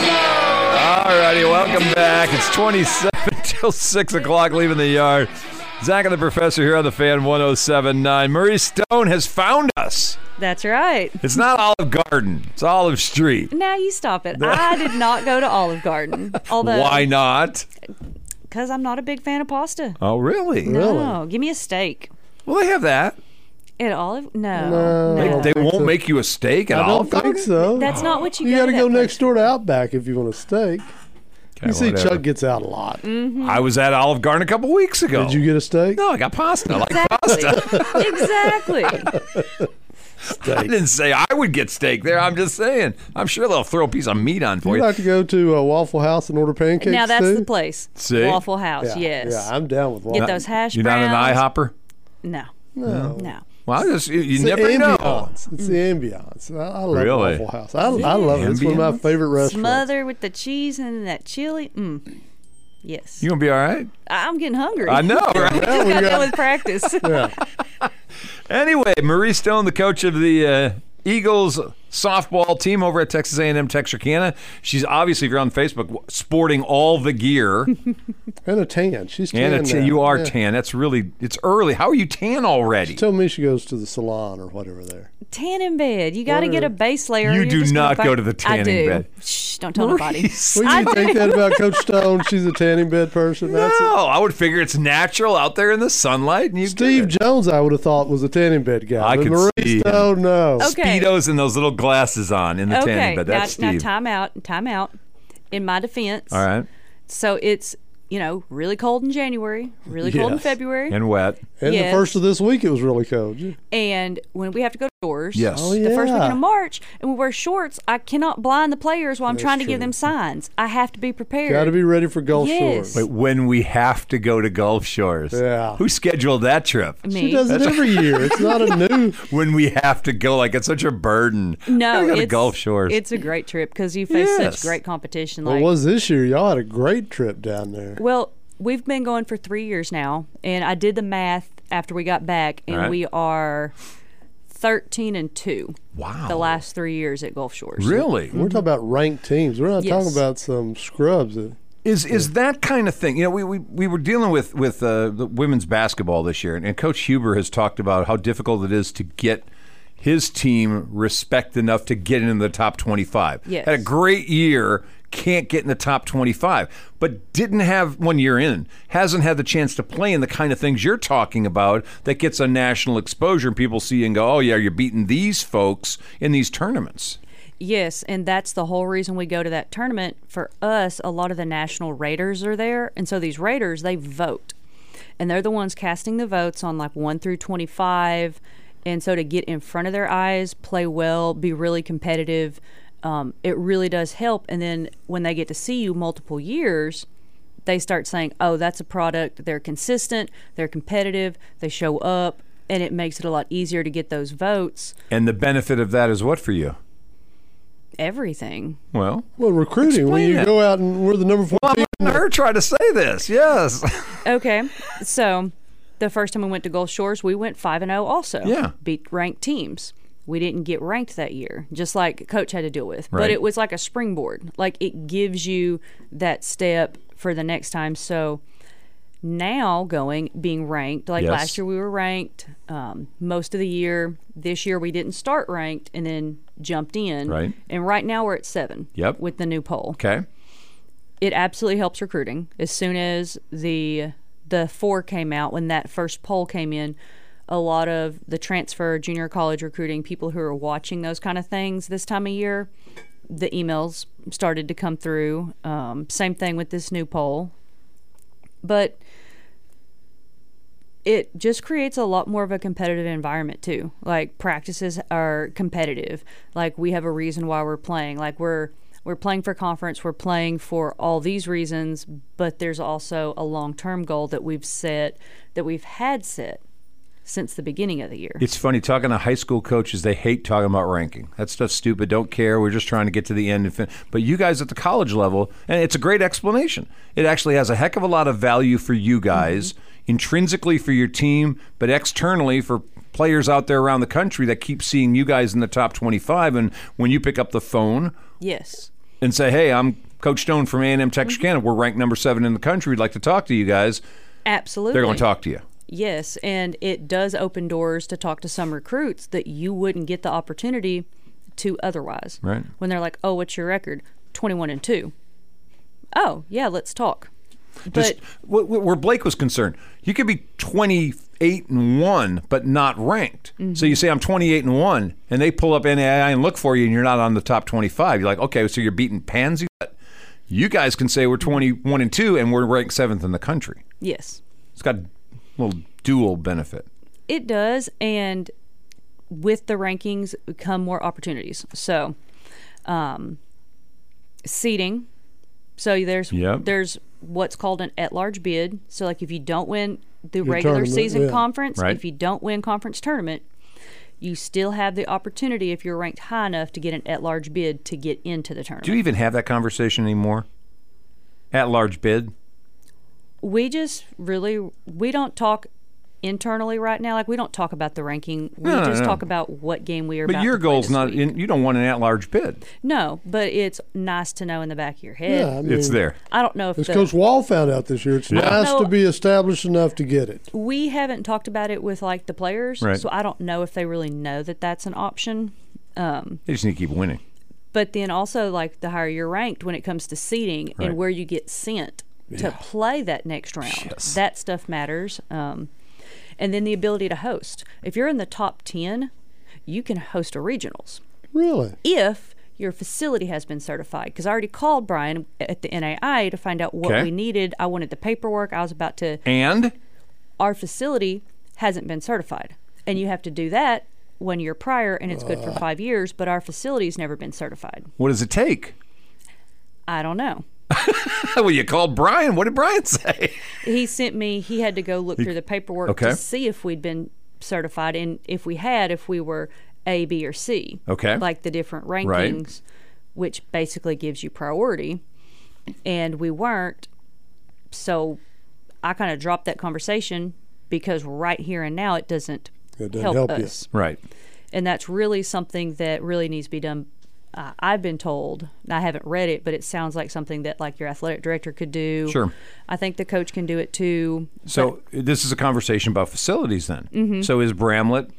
S2: Alrighty, welcome back. It's 27 till 6 o'clock, leaving the yard. Zach and the professor here on the fan 1079. Marie Stone has found us.
S8: That's right.
S2: It's not Olive Garden, it's Olive Street.
S8: Now you stop it. I did not go to Olive Garden. Although,
S2: Why not?
S8: Because I'm not a big fan of pasta.
S2: Oh, really?
S8: No, give me a steak.
S2: Well, they have that.
S8: At Olive? No.
S3: No.
S8: no.
S3: Like
S2: They
S3: think
S2: won't
S3: so.
S2: make you a steak at
S3: I
S2: Olive
S3: don't
S2: Garden.
S3: think so.
S8: That's not what you,
S3: you
S8: go
S3: got to
S8: to
S3: go
S8: that
S3: next door to Outback if you want a steak.
S2: Okay,
S3: You see,
S2: whatever.
S3: Chuck gets out a lot.
S8: Mm.
S2: I was at Olive Garden a couple weeks ago.
S3: Did you get a steak?
S2: No, I got pasta. I like
S8: Exactly.
S2: pasta.
S8: exactly.
S2: I didn't say I would get steak there. I'm just saying. I'm sure they'll throw a piece of meat on for you.
S3: You like to go to uh, Waffle House and order pancakes?
S8: now that's
S3: too?
S8: the place.
S2: See?
S8: Waffle House. yes.
S3: Yeah, I'm down with
S8: Get
S3: Waffle.
S8: those hash
S2: You're not an
S8: browns.
S2: IHopper.
S8: No.
S3: No.
S8: No.
S2: Well, I just you, you
S3: It's
S2: never
S3: the
S2: know.
S3: ambiance. It's the
S8: Mm.
S3: ambience. I, I love
S2: Really?
S3: Waffle House. I, I love it. It's one of my
S2: Ambiance?
S3: favorite restaurants.
S8: Smother with the cheese and that chili. Mm. Yes.
S2: You gonna be all right?
S8: I- I'm getting hungry.
S2: I know, right?
S8: Just
S3: we
S8: got
S3: got-
S8: done with practice.
S2: Anyway, Marie Stone, the coach of the uh, Eagles softball team over at Texas A&M Texarkana, she's obviously, if you're on Facebook, w- sporting all the gear.
S3: And a tan. She's
S2: and
S3: tan.
S2: a
S3: now.
S2: tan, you are
S3: Yeah.
S2: tan. That's really it's early. How are you tan already?
S3: Tell me she goes to the salon or whatever there.
S8: tan in bed. You got to get a base layer. or
S2: You
S8: you're
S2: do
S8: just gonna
S2: not
S8: fuck-
S2: go to the
S8: I
S2: tanning
S8: do.
S2: bed.
S8: Shh, don't tell nobody.
S2: Maurice.
S3: Would you think that about Coach Stone? She's a tanning bed person.
S2: No,
S3: That's it.
S2: I would figure it's natural out there in the sunlight, and you
S3: Steve
S2: get
S3: Jones, I would have thought was a tanning bed guy.
S2: I
S3: but
S2: could
S3: Maurice
S2: see him.
S3: Stone, no.
S2: it.
S8: Okay.
S2: speedos and those little glasses on in the
S8: okay.
S2: tanning bed.
S8: now,
S2: That's
S8: now
S2: Steve.
S8: time out. Time out. In my defense.
S2: All right,
S8: So it's you know really cold in January, really cold in
S3: Yes.
S8: February,
S2: and wet.
S3: And
S8: Yes.
S3: the first of this week, it was really cold. Yeah.
S8: and when we have to go to doors.
S2: Yes. Oh,
S8: The first weekend
S3: yeah.
S8: of March, and we wear shorts. I cannot blind the players while I'm trying to give them signs. I have to be prepared.
S3: Got to be ready for Gulf
S8: Yes.
S3: Shores.
S2: But when we have to go to Gulf Shores,
S3: Yeah.
S2: who scheduled that trip?
S8: Me.
S3: She does it every year. It's not a new.
S2: When we have to go, like it's such a burden.
S8: No,
S2: I go to
S8: it's
S2: Gulf Shores.
S8: It's a great trip because you face
S2: Yes.
S8: such great competition.
S3: Well,
S8: Like,
S3: it was this year. Y'all had a great trip down there.
S8: well, we've been going for three years now, and I did the math after we got back, and
S2: Right.
S8: we are thirteen and two
S2: wow.
S8: the last three years at Gulf Shores.
S2: really.
S3: We're talking about ranked teams. We're not talking
S8: Mm-hmm. Yes.
S3: about some scrubs. that-
S2: Is is that kind of thing? You know, we, we, we were dealing with with uh, the women's basketball this year, and, and Coach Huber has talked about how difficult it is to get his team respect enough to get into the top twenty five.
S8: Yes.
S2: had a great year, can't get in the top twenty five, but didn't have one year in, hasn't had the chance to play in the kind of things you're talking about that gets a national exposure, and people see and go, oh yeah, you're beating these folks in these tournaments.
S8: Yes, and that's the whole reason we go to that tournament. For us, a lot of the national raters are there, and so these raters they vote, and they're the ones casting the votes on like one through twenty-five, and so to get in front of their eyes, play well, be really competitive, um, it really does help. And then when they get to see you multiple years, they start saying, "Oh, that's a product. They're consistent. They're competitive. They show up." and it makes it a lot easier to get those votes.
S2: And the benefit of that is what for you?
S8: Everything.
S2: Well,
S3: Well, recruiting when
S2: Explain
S3: you
S2: it.
S3: go out and we're the number four
S2: I'm
S3: team.
S2: letting her try to say this. Yes.
S8: Okay, so the first time we went to Gulf Shores, we went five and zero. Also,
S2: Yeah.
S8: beat ranked teams. We didn't get ranked that year, just like Coach had to deal with.
S2: Right.
S8: But it was like a springboard. Like it gives you that step for the next time. So now going being ranked, like
S2: Yes.
S8: last year we were ranked um, most of the year. This year we didn't start ranked and then jumped in.
S2: Right.
S8: And right now we're at seven.
S2: Yep.
S8: With the new poll
S2: Okay.
S8: it absolutely helps recruiting. As soon as the the four came out, when that first poll came in, a lot of the transfer, junior college recruiting, people who are watching those kind of things this time of year, the emails started to come through. Um, same thing with this new poll, but it just creates a lot more of a competitive environment too. Like practices are competitive. Like we have a reason why we're playing. Like we're we're playing for conference, we're playing for all these reasons, but there's also a long-term goal that we've set that we've had set since the beginning of the year.
S2: It's funny talking to high school coaches. They hate talking about ranking. That stuff's stupid. Don't care. We're just trying to get to the end. And fin- but you guys at the college level, and it's a great explanation. It actually has a heck of a lot of value for you guys, intrinsically for your team, but externally for players out there around the country that keep seeing you guys in the top 25. And when you pick up the phone
S8: yes.
S2: and say, "Hey, I'm Coach Stone from A&M Texarkana. We're ranked number seven in the country. We'd like to talk to you guys,"
S8: Absolutely.
S2: they're going to talk to you.
S8: Yes, and it does open doors to talk to some recruits that you wouldn't get the opportunity to otherwise.
S2: Right.
S8: When they're like, "Oh, what's your record? 21 and 2." Oh, yeah, let's talk.
S2: Just
S8: But
S2: wh- wh- where Blake was concerned, you could be 28 and 1, but not ranked. So you say, I'm 28 and 1, and they pull up NAI and look for you, and you're not on the top 25. You're like, okay, so you're beating Pansy. But you guys can say we're 21 and 2, and we're ranked seventh in the country.
S8: yes,
S2: It's got a little dual benefit.
S8: it does and with the rankings come more opportunities. So, um seating. So there's
S2: Yep.
S8: there's what's called an at-large bid. So like if you don't win the regular
S3: tournament,
S8: season
S3: yeah.
S8: conference,
S2: Right.
S8: if you don't win conference tournament, you still have the opportunity if you're ranked high enough to get an at-large bid to get into the tournament.
S2: Do you even have that conversation anymore? At large bid?
S8: we just really we don't talk internally right now. Like we don't talk about the ranking. We
S2: No, no,
S8: just
S2: no.
S8: talk about what game we are.
S2: But
S8: about
S2: your
S8: to play
S2: goal's
S8: this
S2: not,
S8: week.
S2: in, you don't want an at large bid.
S8: No, but it's nice to know in the back of your head.
S3: Yeah, I mean,
S2: It's there.
S8: I don't know if
S3: As
S8: the,
S3: Coach Wall found out this year, it's nice
S8: No.
S3: to be established enough to get it.
S8: we haven't talked about it with like the players,
S2: Right.
S8: so I don't know if they really know that that's an option.
S2: They just need to keep winning.
S8: But then also like the higher you're ranked when it comes to seating
S2: Right.
S8: and where you get sent to play that next round,
S2: Yes.
S8: that stuff matters. Um, and then the ability to host. If you're in the top ten, you can host a regionals.
S3: Really?
S8: if your facility has been certified. Because I already called Brian at the NAI to find out what
S2: Okay.
S8: we needed. I wanted the paperwork. I was about to.
S2: And
S8: Our facility hasn't been certified, and you have to do that one year prior, and it's good for five years. But our facility's never been certified.
S2: what does it take?
S8: I don't know.
S2: well, you called Brian. What did Brian say?
S8: He sent me. He had to go look through the paperwork
S2: Okay.
S8: to see if we'd been certified, and if we had, if we were A, B, or C.
S2: Okay.
S8: like the different rankings, which basically gives you priority. And we weren't, so I kind of dropped that conversation because right here and now it doesn't,
S3: It doesn't help you.
S8: us
S2: Right.
S8: and that's really something that really needs to be done. Uh, I've been told, and I haven't read it, but it sounds like something that like your athletic director could do.
S2: Sure.
S8: I think the coach can do it too.
S2: So this is a conversation about facilities then.
S8: Mm-hmm.
S2: So is Bramlett?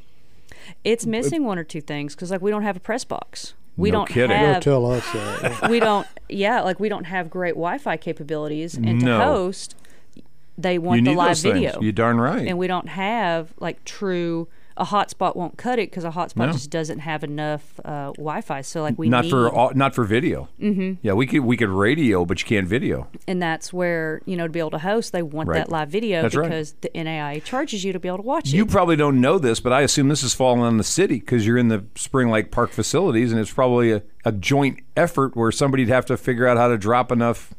S8: It's missing one or two things because like we don't have a press box. We
S2: No
S8: don't
S2: kidding.
S3: They'll
S8: have.
S3: tell us that.
S8: we don't. Yeah, like we don't have great Wi-Fi capabilities, and
S2: No.
S8: to host, they want
S2: you
S8: the
S2: need
S8: live
S2: those
S8: video.
S2: things. You darn right.
S8: and we don't have like true. A hotspot won't cut it because a hotspot
S2: No.
S8: just doesn't have enough uh, Wi-Fi. So like we
S2: not
S8: need,
S2: for au- not for video. Mm-hmm. Yeah, we could we could radio, but you can't video.
S8: and that's where you know to be able to host they want
S2: Right.
S8: that live video
S2: That's right.
S8: because the NAIA charges you to be able to watch
S2: You
S8: it.
S2: probably don't know this, but I assume this is falling on the city because you're in the Spring Lake Park facilities, and it's probably a, a joint effort where somebody'd have to figure out how to drop enough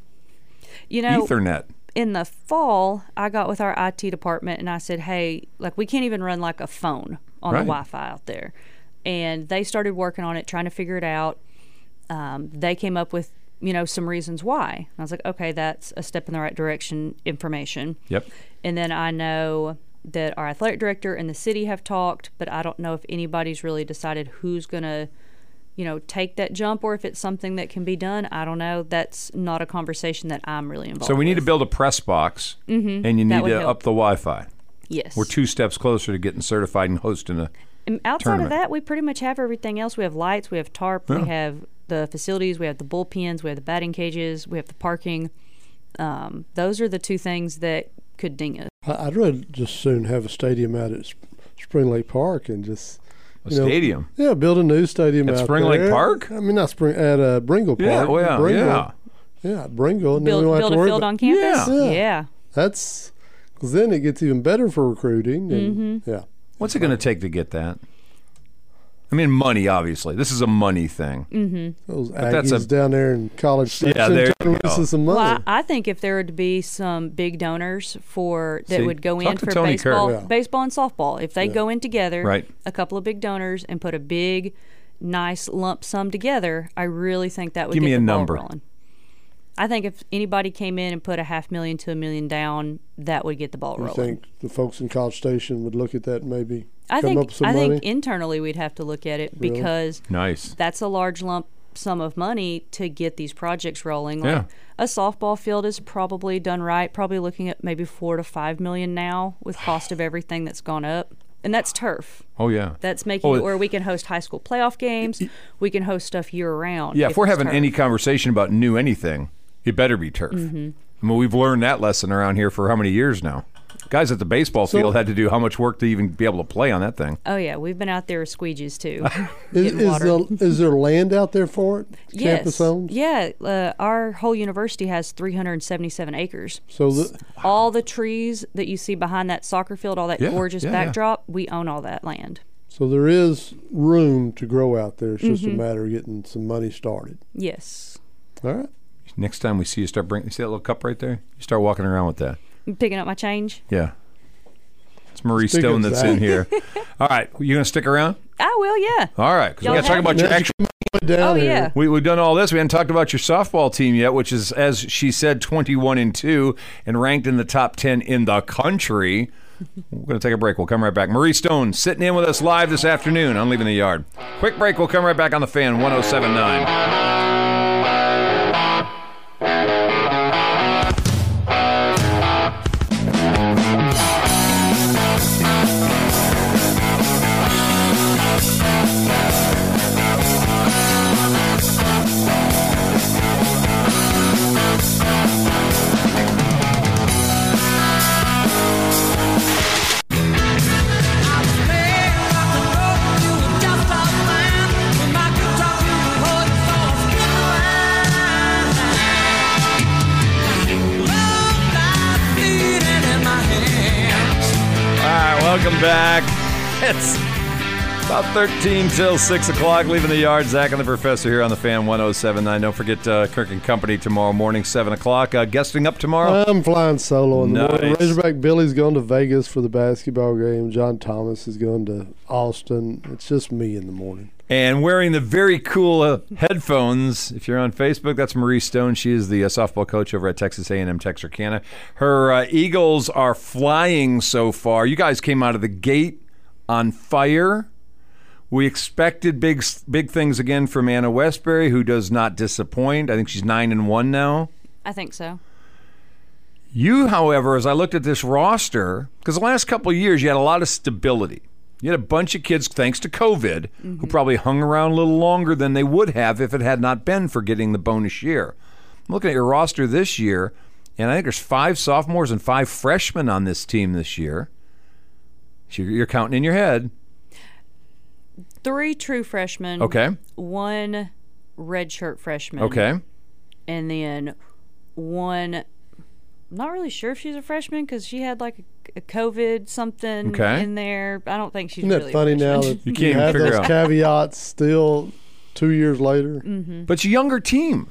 S8: You know,
S2: Ethernet.
S8: in the fall, I got with our IT department and I said, hey, like we can't even run like a phone on
S2: Right.
S8: the Wi Fi out there. And they started working on it, trying to figure it out. Um, they came up with, you know, some reasons why. And I was like, okay, that's a step in the right direction information.
S2: Yep.
S8: And then I know that our athletic director and the city have talked, but I don't know if anybody's really decided who's going to, you know, take that jump or if it's something that can be done. I don't know. That's not a conversation that I'm really involved.
S2: So we need to
S8: with.
S2: build a press box, and you
S8: Mm-hmm. That
S2: need
S8: would
S2: to
S8: help.
S2: up the Wi-Fi.
S8: yes.
S2: We're two steps closer to getting certified and hosting a.
S8: And outside
S2: tournament.
S8: of that, we pretty much have everything else. We have lights, we have tarp, we have the facilities, we have the bullpens, we have the batting cages, we have the parking. Um, those are the two things that could ding us.
S3: I- I'd rather just soon have a stadium out at S- Spring Lake Park and just
S2: a
S3: you know,
S2: stadium.
S3: Yeah, build a new stadium
S2: At
S3: out
S2: Spring Lake
S3: there.
S2: Park?
S3: I mean, not Spring at uh, Bringle Park.
S2: Yeah, well, yeah,
S3: Bringle.
S2: yeah.
S3: yeah, Bringle. And
S8: Build,
S3: then we don't have
S8: build
S3: to
S8: a
S3: worry
S8: field
S3: about,
S8: on campus.
S3: Yeah. Yeah.
S8: yeah.
S3: That's because then it gets even better for recruiting.
S8: Mm-hmm.
S3: And, Yeah,
S2: What's it going to take to get that? I mean, money, obviously. This is a money thing.
S3: those
S2: that's
S3: Aggies
S2: a-
S3: down there in college
S2: Yeah,
S3: section
S2: there you
S3: trying to
S2: go.
S3: listen to some money.
S8: Well, I, I think if there were to be some big donors for that
S2: See,
S8: would go
S2: talk
S8: in
S2: to
S8: for
S2: Tony Kerr.
S8: baseball,
S2: Yeah.
S8: baseball and softball, if they go in together,
S2: Right.
S8: a couple of big donors and put a big, nice lump sum together, I really think that would
S2: Give
S8: get
S2: me a
S8: the ball
S2: number.
S8: rolling. I think if anybody came in and put a half million to a million down, that would get the ball
S3: I
S8: rolling.
S3: think the folks in College Station would look at that and maybe
S8: I
S3: come
S8: think
S3: up with some
S8: I
S3: money.
S8: think internally we'd have to look at it because
S2: Nice.
S8: that's a large lump sum of money to get these projects rolling. Like
S2: Yeah.
S8: a softball field is probably done right, probably looking at maybe four to five million now with cost of everything that's gone up. And that's turf.
S2: Oh yeah.
S8: That's making
S2: Oh,
S8: or we can host high school playoff games. We can host stuff year round.
S2: yeah. If we're
S8: it's
S2: having
S8: turf.
S2: any conversation about new anything, it better be turf. I mean, we've learned that lesson around here for how many years now. Guys at the baseball field had to do how much work to even be able to play on that thing.
S8: Oh yeah, we've been out there with squeegees too.
S3: is,
S8: Get
S3: is,
S8: water.
S3: the, is there land out there for it?
S8: yes.
S3: Campus homes?
S8: Yeah, uh, our whole university has 377 acres.
S3: So the,
S8: all the trees that you see behind that soccer field, all that
S2: Yeah,
S8: gorgeous
S2: yeah, yeah.
S8: backdrop, we own all that land.
S3: So there is room to grow out there. It's
S8: Mm-hmm.
S3: just a matter of getting some money started.
S8: Yes.
S3: All right.
S2: Next time we see you, start bringing. See that little cup right there? You start walking around with that.
S8: I'm picking up my change.
S2: Yeah. It's Marie
S3: Speaking
S2: Stone
S3: of
S2: that's
S3: that-
S2: in here. All right. You going to stick around?
S8: I will, yeah.
S2: All right. Because we
S8: Y'all
S2: got to talk
S8: have
S2: about your
S3: me.
S2: actual.
S3: Put down
S8: Oh,
S3: here.
S8: yeah.
S2: We, we've done all this. We haven't talked about your softball team yet, which is, as she said, 21 and 2 and ranked in the top 10 in the country. We're going to take a break. We'll come right back. Marie Stone sitting in with us live this afternoon on Leaving the Yard. Quick break. We'll come right back on the fan 1079. All right, welcome back. It's about 13 till 6 o'clock, leaving the yard. Zach and the professor here on the fan 1079. Don't forget uh, Kirk and Company tomorrow morning, 7 o'clock. Uh, guesting up tomorrow?
S3: I'm flying solo in the morning.
S2: Nice.
S3: Razorback Billy's going to Vegas for the basketball game. John Thomas is going to Austin. It's just me in the morning.
S2: And wearing the very cool uh, headphones. If you're on Facebook, that's Marie Stone. She is the uh, softball coach over at Texas A&M Texarkana. Her uh, Eagles are flying so far. You guys came out of the gate on fire. We expected big big things again from Anna Westbury, who does not disappoint. I think she's nine and one now.
S8: I think so.
S2: You, however, as I looked at this roster, because the last couple of years you had a lot of stability. You had a bunch of kids, thanks to COVID, who probably hung around a little longer than they would have if it had not been for getting the bonus year. I'm looking at your roster this year, and I think there's five sophomores and five freshmen on this team this year. So you're you're counting in your head.
S8: Three true freshmen.
S2: Okay.
S8: Mm-hmm. One redshirt freshman.
S2: Okay.
S8: And then one, I'm not really sure if she's a freshman because she had like a, a COVID something
S2: Okay.
S8: in there. I don't think she's
S3: Isn't
S8: really
S3: that
S8: a
S3: funny now
S8: freshman.
S3: that you,
S2: can't even
S3: have
S2: figure
S3: those
S2: out.
S3: caveats still two years later?
S2: But it's a younger team.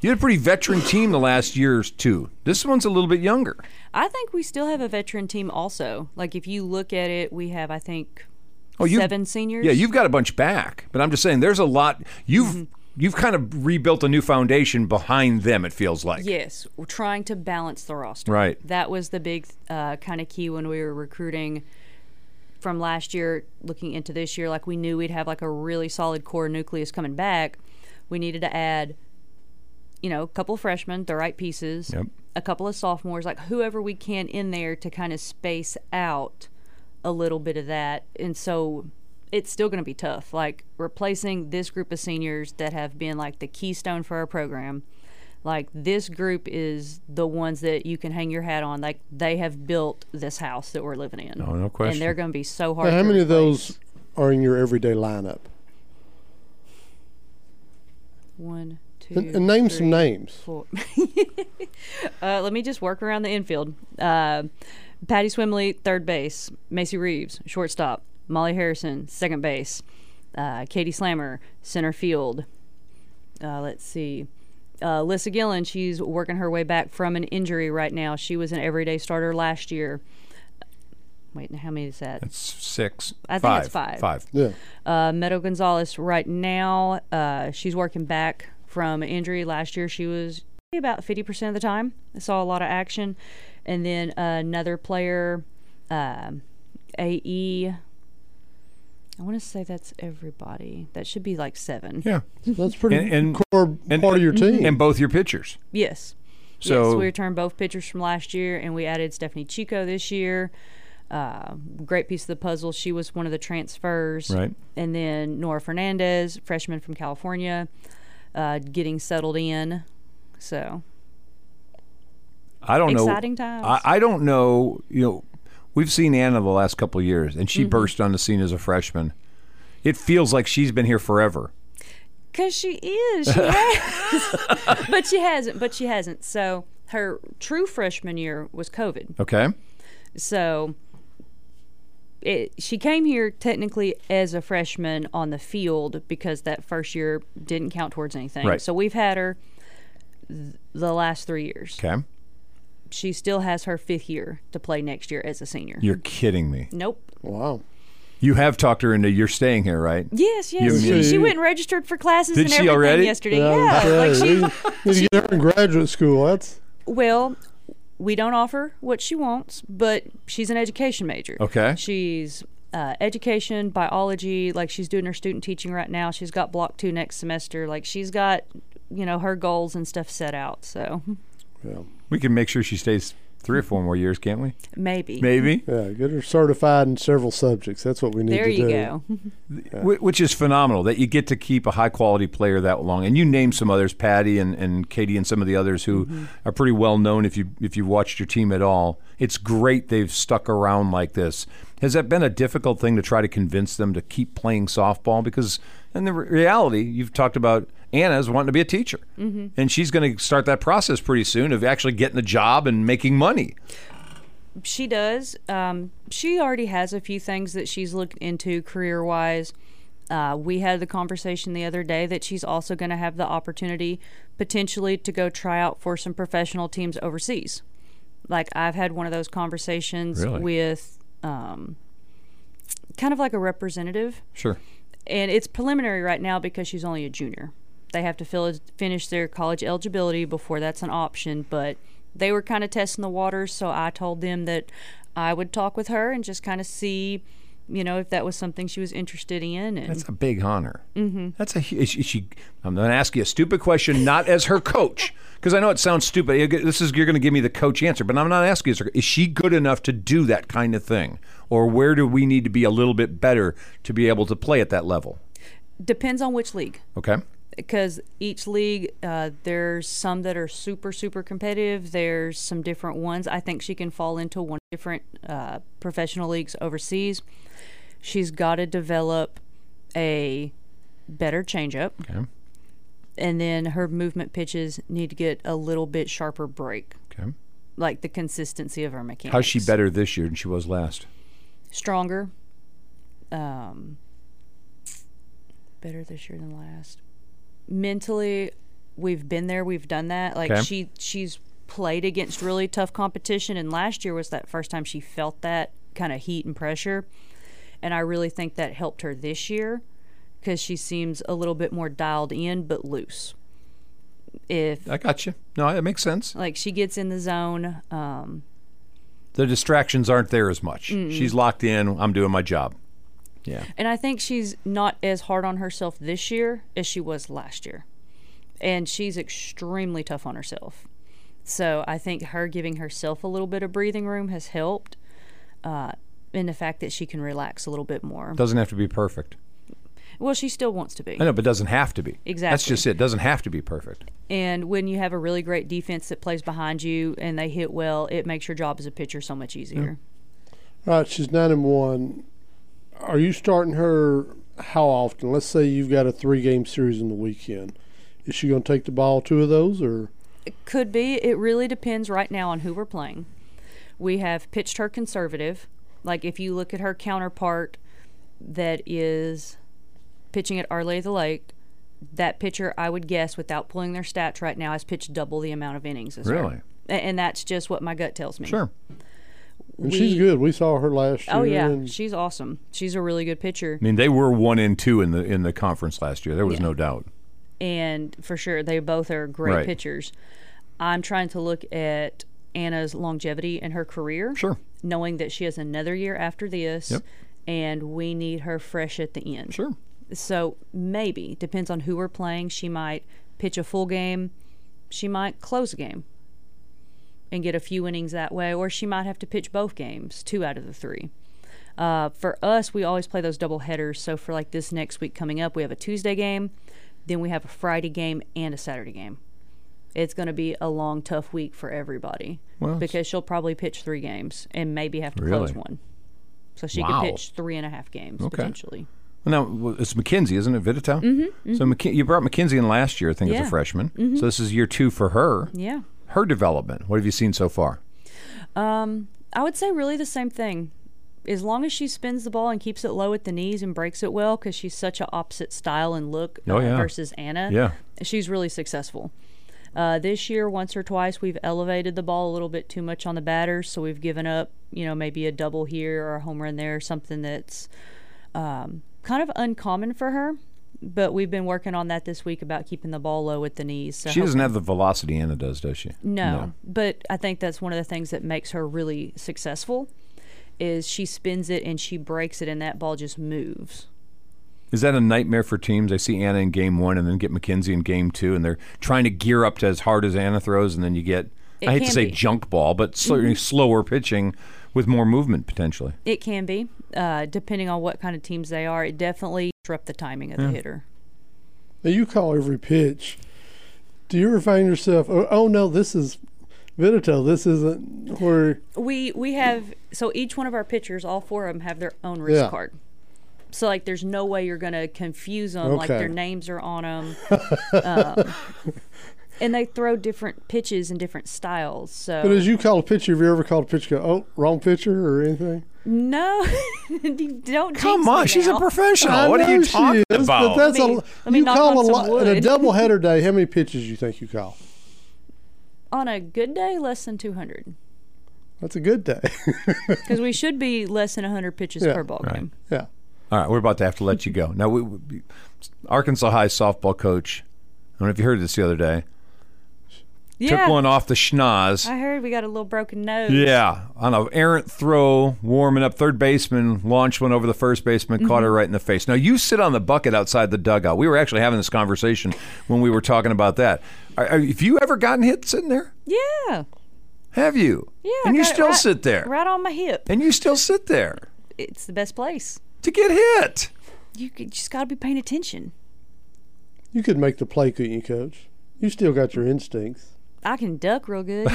S2: You had a pretty veteran team the last years too. This one's a little bit younger.
S8: I think we still have a veteran team also. Like if you look at it, we have I think
S2: Oh, you
S8: seven seniors.
S2: Yeah, you've got a bunch back, but I'm just saying there's a lot. You've
S8: Mm-hmm.
S2: you've kind of rebuilt a new foundation behind them. It feels like.
S8: Yes, we're trying to balance the roster.
S2: Right.
S8: That was the big uh, kind of key when we were recruiting from last year, looking into this year. Like we knew we'd have like a really solid core nucleus coming back. We needed to add, you know, a couple of freshmen, the right pieces,
S2: Yep.
S8: a couple of sophomores, like whoever we can in there to kind of space out a little bit of that. And so it's still going to be tough. Like replacing this group of seniors that have been like the keystone for our program. Like this group is the ones that you can hang your hat on. Like they have built this house that we're living in.
S2: Oh, no question.
S8: And they're going to be so hard.
S3: Now, how
S8: to
S3: many of
S8: replace.
S3: those are in your everyday lineup?
S8: One, two,
S3: And, and name some
S8: three,
S3: names.
S8: four. uh, let me just work around the infield. Uh, Patty Swimley, third base. Macy Reeves, shortstop. Molly Harrison, second base. Uh, Katie Slammer, center field. Uh, let's see. Uh, Lissa Gillen, she's working her way back from an injury right now. She was an everyday starter last year. Wait, now how many is that?
S2: It's six.
S8: I think
S2: five,
S8: it's five.
S2: Five.
S3: Yeah.
S8: Uh, Meadow Gonzalez right now. Uh, she's working back from injury. Last year she was about 50% of the time. I saw a lot of action. And then another player, um, AE. I want to say that's everybody. That should be like seven.
S2: Yeah.
S3: That's pretty
S2: And- and-
S3: core
S2: and-
S3: part of your
S8: Mm-hmm.
S3: team.
S2: And both your pitchers.
S8: Yes. yes,
S2: So-
S8: we returned both pitchers from last year, and we added Stephanie Chico this year. Uh, great piece of the puzzle. She was one of the transfers.
S2: Right.
S8: And then Nora Fernandez, freshman from California, uh, getting settled in. So
S2: I don't know.
S8: Exciting times.
S2: I, I don't know. You know, we've seen Anna the last couple of years, and she
S8: Mm-hmm.
S2: burst on the scene as a freshman. It feels like she's been here forever.
S8: Cause she is, she has, but she hasn't, but she hasn't. So her true freshman year was COVID.
S2: Okay.
S8: So it, she came here technically as a freshman on the field because that first year didn't count towards anything.
S2: Right.
S8: So we've had her th- the last three years.
S2: Okay.
S8: She still has her fifth year to play next year as a senior.
S2: You're kidding me.
S8: nope.
S3: wow.
S2: You have talked her into you're staying here, right?
S8: Yes,
S2: You
S8: yes. She,
S2: mean-
S8: she went and registered for classes
S2: Did
S8: and
S2: she
S8: everything
S2: already?
S8: yesterday.
S3: Yeah,
S8: Yeah. Like
S3: okay.
S8: she,
S3: we need to get her in graduate school. That's
S8: Well, we don't offer what she wants, but she's an education major.
S2: Okay.
S8: She's uh, education, biology, like she's doing her student teaching right now. She's got block two next semester. Like she's got, you know, her goals and stuff set out. So
S2: We can make sure she stays three or four more years, can't we?
S8: maybe.
S2: Maybe.
S3: yeah. Get her certified in several subjects. That's what we need
S8: There
S3: to
S8: you
S3: do.
S8: go.
S2: Wh- Which is phenomenal that you get to keep a high quality player that long. And you name some others, Patty and, and Katie and some of the others who are pretty well known if you if you've watched your team at all. It's great they've stuck around like this. Has that been a difficult thing to try to convince them to keep playing softball? Because in the re- reality, you've talked about Anna's wanting to be a teacher, and she's going to start that process pretty soon of actually getting a job and making money.
S8: She does. Um, she already has a few things that she's looked into career wise. Uh, we had the conversation the other day that she's also going to have the opportunity potentially to go try out for some professional teams overseas. Like I've had one of those conversations
S2: Really?
S8: with um, kind of like a representative
S2: Sure.
S8: and it's preliminary right now because she's only a junior. They have to fill, finish their college eligibility before that's an option, but they were kind of testing the waters, so I told them that I would talk with her and just kind of see, you know, if that was something she was interested in. And
S2: That's a big honor. Mm-hmm. That's a hu- is she, is she- I'm going to ask you a stupid question, not as her coach, because I know it sounds stupid. You get- This is you're going to give me the coach answer, but I'm not asking. you as her- Is she good enough to do that kind of thing, or where do we need to be a little bit better to be able to play at that level?
S8: depends on which league.
S2: Okay,
S8: because each league uh, there's some that are super super competitive there's some different ones i think she can fall into one different uh, professional leagues overseas she's got to develop a better changeup
S2: Okay.
S8: and then her movement pitches need to get a little bit sharper break
S2: okay.
S8: like the consistency of her mechanics
S2: How's she better this year than she was last?
S8: stronger um better this year than last mentally we've been there, we've done that. Like
S2: Okay.
S8: she she's played against really tough competition and last year was that first time she felt that kind of heat and pressure. And I really think that helped her this year cuz she seems a little bit more dialed in but loose. If
S2: I got you. No, it makes sense.
S8: like she gets in the zone, um
S2: The distractions aren't there as much. She's locked in. I'm doing my job. Yeah.
S8: And I think she's not as hard on herself this year as she was last year. And she's extremely tough on herself. So I think her giving herself a little bit of breathing room has helped. Uh, in the fact that she can relax a little bit more.
S2: Doesn't have to be perfect.
S8: Well, she still wants to be.
S2: I know, but doesn't have to be. That's
S8: Exactly.
S2: just it. Doesn't have to be perfect.
S8: And when you have a really great defense that plays behind you and they hit well, it makes your job as a pitcher so much easier.
S3: All right, she's nine and one. Are you starting her how often? Let's say you've got a three game series in the weekend. Is she going to take the ball two of those or?
S8: Could be. It really depends right now on who we're playing. We have pitched her conservative. Like if you look at her counterpart that is pitching at Arley the Lake, that pitcher I would guess without pulling their stats right now has pitched double the amount of innings as her.
S2: Really?
S8: A- And that's just what my gut tells me.
S2: Sure.
S3: And she's
S8: We-
S3: good. We saw her last year.
S8: Oh yeah,
S3: and
S8: she's awesome. She's a really good pitcher.
S2: I mean, they were one and two in the in the conference last year. There was no doubt.
S8: and for sure they both are great
S2: Right.
S8: pitchers. I'm trying to look at Anna's longevity and her career.
S2: Sure.
S8: Knowing that she has another year after this
S2: Yep.
S8: and we need her fresh at the end.
S2: Sure.
S8: So maybe, depends on who we're playing, she might pitch a full game, she might close a game and get a few innings that way, or she might have to pitch both games, two out of the three. Uh, for us, we always play those double headers. So for like this next week coming up, we have a Tuesday game, then we have a Friday game and a Saturday game. It's going to be a long, tough week for everybody
S2: Well, it's-
S8: because she'll probably pitch three games and maybe have to
S2: Really?
S8: close one. So she
S2: Wow.
S8: could pitch three and a half games
S2: Okay.
S8: potentially.
S2: Now well, it's McKenzie, isn't it, Vitatow? Mm-hmm, So McKin- you brought McKenzie in last year, I think, as
S8: Yeah.
S2: a freshman. So this is year two for her.
S8: Yeah.
S2: Her development. What have you seen so far?
S8: I would say really the same thing. As long as she spins the ball and keeps it low at the knees and breaks it well, because she's such an opposite style and look
S2: Oh,
S8: uh,
S2: yeah.
S8: versus Anna,
S2: Yeah.
S8: she's really successful. Uh, this year, once or twice, we've elevated the ball a little bit too much on the batters, so we've given up, you know, maybe a double here or a home run there, something that's um, kind of uncommon for her. But we've been working on that this week about keeping the ball low at the knees. So
S2: She doesn't have the velocity Anna does, does she?
S8: no, but I think that's one of the things that makes her really successful is she spins it and she breaks it and that ball just moves.
S2: Is that a nightmare for teams? They see Anna in game one and then get McKenzie in game two, and they're trying to gear up to as hard as Anna throws, and then you get,
S8: It
S2: I hate to
S8: can
S2: say
S8: be.
S2: junk ball, but certainly slower pitching with more movement potentially.
S8: It can be, uh, depending on what kind of teams they are. It definitely disrupt the timing of the hitter.
S3: Now you call every pitch. Do you ever find yourself? Oh, oh no, this is Vitito. This isn't where.
S8: We we have so each one of our pitchers, all four of them, have their own wrist
S3: Yeah.
S8: card. So like, there's no way you're gonna confuse them. Like
S3: Okay.
S8: their names are on them, and they throw different pitches and different styles. So
S3: But as you call a pitcher, have you ever called a pitch? Go, oh, wrong pitcher or anything?
S8: No, You don't.
S2: Come
S8: jinx
S2: on,
S8: me
S2: she's a
S8: now.
S2: professional.
S3: I
S2: Oh, what are you
S3: know she
S2: talking
S3: is,
S2: about?
S3: But that's
S8: Let me-
S3: a,
S8: let me
S3: you
S8: knock
S3: call
S8: on
S3: a
S8: some
S3: lot in a
S8: wood.
S3: doubleheader day. How many pitches do you think you call?
S8: on a good day, less than 200,
S3: That's a good day.
S8: because we should be less than 100 pitches
S3: Yeah.
S8: per ball game.
S3: yeah.
S2: All right, we're about to have to let you go. Now, we, we, Arkansas High softball coach, I don't know if you heard this the other day,
S8: Yeah,
S2: took one off the schnoz.
S8: I heard we got a little broken nose.
S2: yeah, on an errant throw, warming up third baseman, launched one over the first baseman, caught her
S8: Mm-hmm.
S2: right in the face. Now, you sit on the bucket outside the dugout. We were actually having this conversation when we were talking about that. Are, are, have you ever gotten hit sitting there?
S8: yeah,
S2: Have you?
S8: yeah. I
S2: And you
S8: got it
S2: still
S8: right-
S2: sit there.
S8: right on my hip.
S2: And you still sit there
S8: It's the best place.
S2: to get hit.
S8: You c- just got to be paying attention.
S3: You could make the play, couldn't you, Coach? You still got your instincts.
S8: I can duck real good.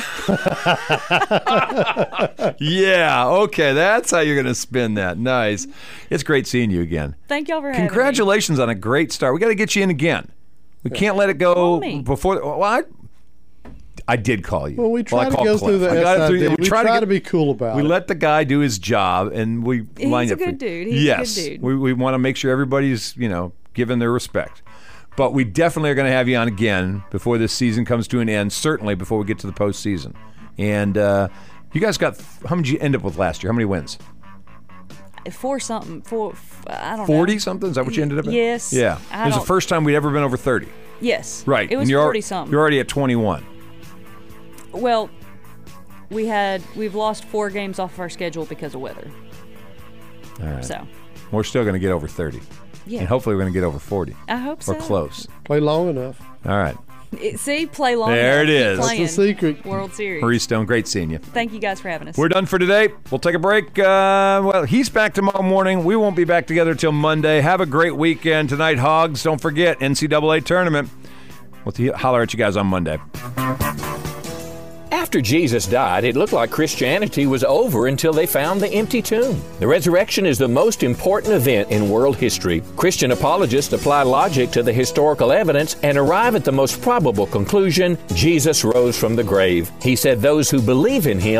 S2: Yeah, okay, that's how you're going to spin that. Nice. It's great seeing you again.
S8: Thank y'all for having me.
S2: Congratulations on a great start. We got to get you in again. We can't let it go
S8: Call me.
S2: before. Well, I, I did call you.
S3: Well, we try
S2: I
S3: to
S2: called
S3: go through
S2: Cliff.
S3: the
S2: I got it
S3: SID.
S2: through-
S3: we, try, to,
S2: get-
S3: be cool about
S2: We
S3: it.
S2: let the guy do his job, and we
S8: He's
S2: lined
S8: a
S2: up. for-
S8: good dude. He's a good
S2: yes,
S8: dude.
S2: we we want to make sure everybody's you know given their respect. But we definitely are going to have you on again before this season comes to an end. Certainly before we get to the postseason. And uh, you guys got how many did you end up with last year? How many wins?
S8: Four something. Four. f- I don't know.
S2: Forty something? Is that what you ended up? at?
S8: Yes.
S2: Yeah.
S8: I
S2: it was the
S8: don't-
S2: first time we'd ever been over thirty.
S8: Yes.
S2: Right.
S8: It
S2: and
S8: was
S2: you're al-
S8: forty something.
S2: You're already at twenty-one.
S8: Well, we had we've lost four games off of our schedule because of weather. So
S2: We're still going to get over thirty.
S8: yeah,
S2: And hopefully we're going to get over 40.
S8: I hope so.
S2: We're close.
S3: Play long enough.
S2: All right.
S8: It- see, play long.
S2: There
S8: enough,
S2: it
S8: keep
S2: is. That's
S3: the
S8: playing.
S3: secret.
S8: World Series.
S2: Marie Stone, great seeing you.
S8: Thank you guys for having us.
S2: We're done for today. We'll take a break. Uh, well, he's back tomorrow morning. We won't be back together till Monday. Have a great weekend tonight, Hogs. Don't forget NCAA tournament. We'll t- holler at you guys on Monday.
S9: After Jesus died, it looked like Christianity was over until they found the empty tomb. The resurrection is the most important event in world history. Christian apologists apply logic to the historical evidence and arrive at the most probable conclusion Jesus rose from the grave. He said those who believe in him